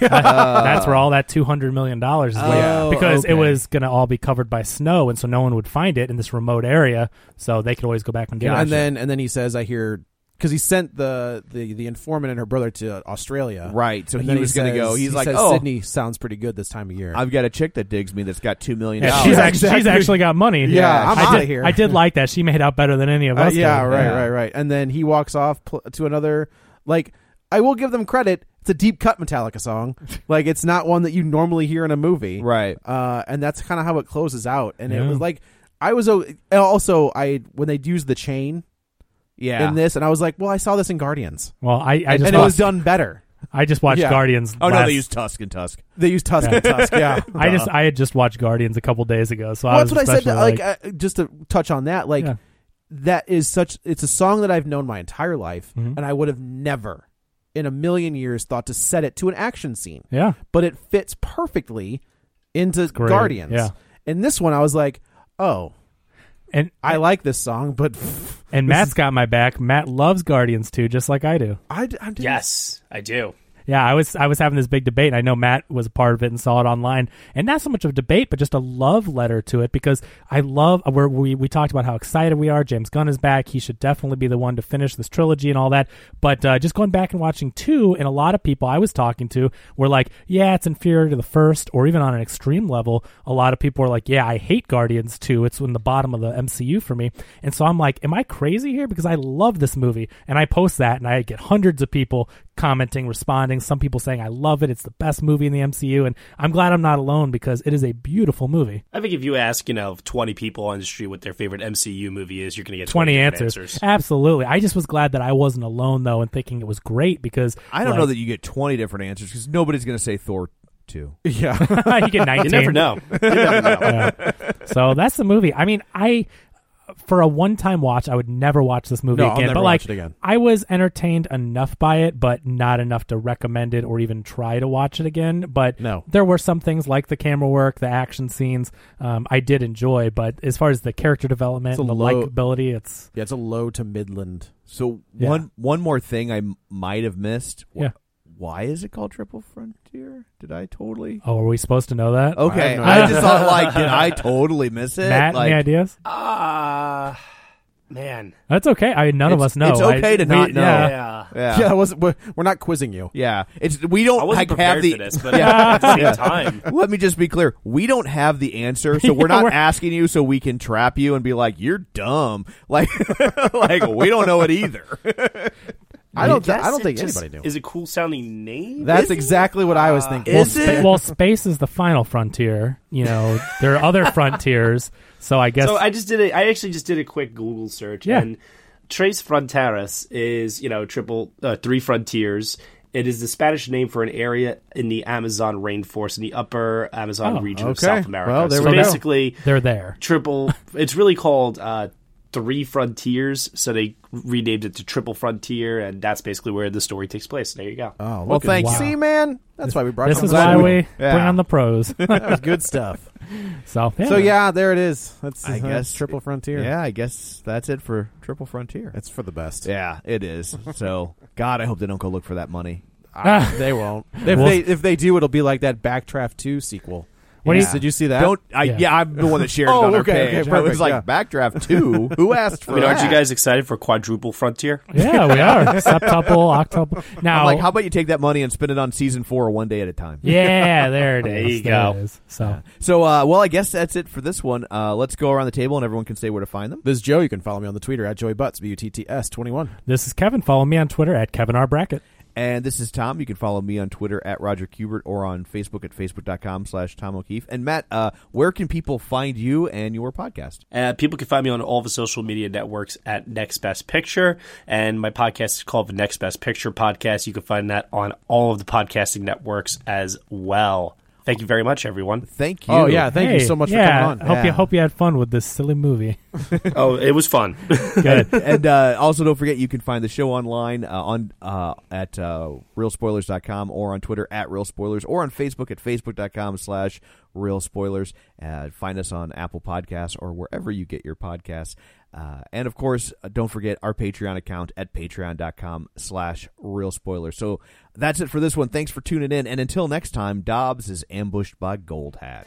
C: That's where all that two hundred million dollars is laid
F: Oh,
C: because
F: okay.
C: it was going to all be covered by snow, and so no one would find it in this remote area. So they could always go back and get it.
A: and then and then he says, "I hear." Because he sent the, the, the informant and her brother to Australia,
F: Right, so
A: And
F: he
A: then
F: was gonna
A: says-
F: go. He's
A: he
F: like,
A: says,
F: "Oh."
A: Sydney sounds pretty good this time of year."
F: I've got a chick that digs me that's got two million.
C: Yeah,
F: dollars.
C: she's actually she's actually got money.
A: Yeah, I'm
C: I did-
A: outta here.
C: I did like that. She made out better than any of
A: Uh,
C: us.
A: yeah,
C: did.
A: right, right, right. And then he walks off pl- to another. Like, I will give them credit. It's a deep cut Metallica song. like, it's not one that you normally hear in a movie,
F: Right.
A: Uh, and that's kind of how it closes out. And it
C: Yeah.
A: was like, I was o- and also I when they used the chain
F: yeah.
A: in this, and I was like, well, I saw this in Guardians,
C: Well, I, I just
A: and it
C: watched,
A: was done better.
C: I just watched
A: Yeah.
C: Guardians.
F: oh no,
C: last-
F: they use Tusk and Tusk.
A: They used Tusk and Tusk, yeah.
C: I just I had just watched Guardians a couple days ago, so I
A: Uh-huh. Well,
C: was
A: that's what I said.
C: especially
A: that, Like, uh, just to touch on that, like
C: Yeah.
A: that is such. It's a song that I've known my entire life,
C: Mm-hmm.
A: and I would have never, in a million years, thought to set it to an action scene.
C: yeah,
A: But it fits perfectly into
C: great,
A: Guardians.
C: yeah.
A: And this one, I was like, oh,
C: and
A: I like this song, but
C: and Matt's got my back. Matt loves Guardians too, just like I do.
A: I, d- I didn't-
D: Yes, I do.
C: Yeah, I was I was having this big debate, and I know Matt was a part of it and saw it online, and not so much of a debate, but just a love letter to it because I love where we we talked about how excited we are. James Gunn is back; he should definitely be the one to finish this trilogy and all that. But uh, just going back and watching two, and a lot of people I was talking to were like, "Yeah, it's inferior to the first, or even on an extreme level, a lot of people are like, "Yeah, I hate Guardians two; it's in the bottom of the MCU for me." And so I'm like, "Am I crazy here?" Because I love this movie, and I post that, and I get hundreds of people commenting, responding. Some people saying, I love it. It's the best movie in the MCU. And I'm glad I'm not alone because it is a beautiful movie.
D: I think if you ask, you know, 20 people on the street what their favorite MCU movie is, you're going to get
C: 20
D: different
C: answers. Absolutely. I just was glad that I wasn't alone, though, and thinking it was great because
F: I don't
C: like,
F: know that you get twenty different answers because nobody's going to say Thor two.
A: yeah,
C: you get 19.
D: You never know.
C: So that's the movie. I mean, I for a one-time watch, I would never watch this movie
A: No, I'll
C: again.
A: never
C: but
A: watch
C: like,
A: it again.
C: I was entertained enough by it, but not enough to recommend it or even try to watch it again. But
A: No.
C: there were some things like the camera work, the action scenes, um, I did enjoy. But as far as the character development
A: It's a
C: and the
A: low-
C: likability, it's
A: yeah. It's a low to midland.
F: So
C: Yeah.
F: one one more thing I m- might have missed. Wh-
C: Yeah.
F: Why is it called Triple Frontier? Did I totally?
C: oh, are we supposed to know
A: Oh,
C: that?
F: Okay,
A: no
F: I, just thought like, did I totally miss it?
C: Matt,
F: like,
C: any ideas?
D: Ah, man.
C: That's okay. I none of
F: It's-
C: us know.
F: it's
C: I-
F: okay to
C: we-
F: not know.
C: yeah.
D: Yeah.
F: Yeah.
A: Yeah,
F: yeah,
A: that wasn't, we're, we're not quizzing you.
F: It's we don't
D: I wasn't
F: like,
D: prepared
F: have the.
D: for this, but at the same time,
F: Let me just be clear. We don't have the answer, so we're
C: Yeah,
F: not
C: we're-
F: asking you so we can trap you and be like, "You're dumb." Like, like we don't know it either.
A: I don't. thi- I
D: guess
A: don't
D: it
A: think
D: just Uh,
A: anybody knew.
D: Is a cool sounding name?
A: That's exactly what I was thinking.
F: Is
C: Spa-
F: it?
C: well, space is the final frontier. You know, there are other frontiers. So I guess
D: So I just did it. I actually just did a quick Google search,
C: Yeah.
D: and Tres Fronteras is you know triple uh, three frontiers. It is the Spanish name for an area in the Amazon rainforest in the upper Amazon
C: Oh,
D: region of
A: okay.
D: South America.
A: Well, there
D: so
A: we go.
D: basically,
C: they're there.
D: triple. it's really called uh, Three Frontiers, so they renamed it to Triple Frontier, and that's basically where the story takes place. There you go.
A: Oh,
F: Well,
A: look at-
F: thank you.
A: See, man, that's why we brought.
C: This
A: you.
C: is
A: I'm
C: why
A: glad
C: we
F: yeah.
C: bring on the pros.
A: That was good stuff.
C: so yeah.
A: So yeah, there it is. That's
F: I
A: uh,
F: guess-
A: triple frontier.
F: Yeah, I guess that's it for Triple Frontier.
A: it's for the best.
F: Yeah, it is. So, God, I hope they don't go look for that money.
A: Ah, they won't. If
C: Well-
A: they if they do, it'll be like that Backdraft Two sequel.
C: What do you-
A: Yeah. Did you see that?
F: Don't. I, yeah.
C: Yeah.
F: I'm the one that shared
A: Oh,
F: it on
A: okay,
F: our
A: okay,
F: page. I
A: perfect,
F: was like
A: yeah.
F: Backdraft Two. Who asked for
D: I mean, aren't
F: that?
D: you guys excited for Quadruple Frontier?
C: yeah, we are septuple, octuple. Now,
F: I'm like, how about you take that money and spend it on season four one day at a time?
C: yeah, there it is.
D: There you go.
C: It is. So
F: So, uh, well, I guess that's it for this one. Uh, let's go around the table and everyone can say where to find them.
A: This is Joe. You can follow me on the Twitter at Joey Butts B U T T S twenty one.
C: this is Kevin. Follow me on Twitter at Kevin R Brackett.
F: And this is Tom. You can follow me on Twitter at Roger Kubert or on Facebook at facebook.com slash Tom O'Keefe. And Matt, uh, where can people find you and your podcast?
D: Uh, people can find me on all the social media networks at Next Best Picture, and my podcast is called the Next Best Picture Podcast. You can find that on all of the podcasting networks as well. Thank you very much, everyone.
F: Thank
A: Oh, you. yeah, thank you so much for
C: yeah,
A: coming on.
C: Hope you
A: Yeah.
C: hope you had fun with this silly movie.
D: oh, it was fun.
C: Good.
F: and uh, also, don't forget you can find the show online uh, on uh, at uh, realspoilers.com or on Twitter at realspoilers or on Facebook at facebook.com slash realspoilers. Uh, find us on Apple Podcasts or wherever you get your podcasts. Uh, and of course, uh, don't forget our Patreon account at patreon.com slash realspoilers. So that's it for this one. Thanks for tuning in. And until next time, Dobbs is ambushed by Gold Hat.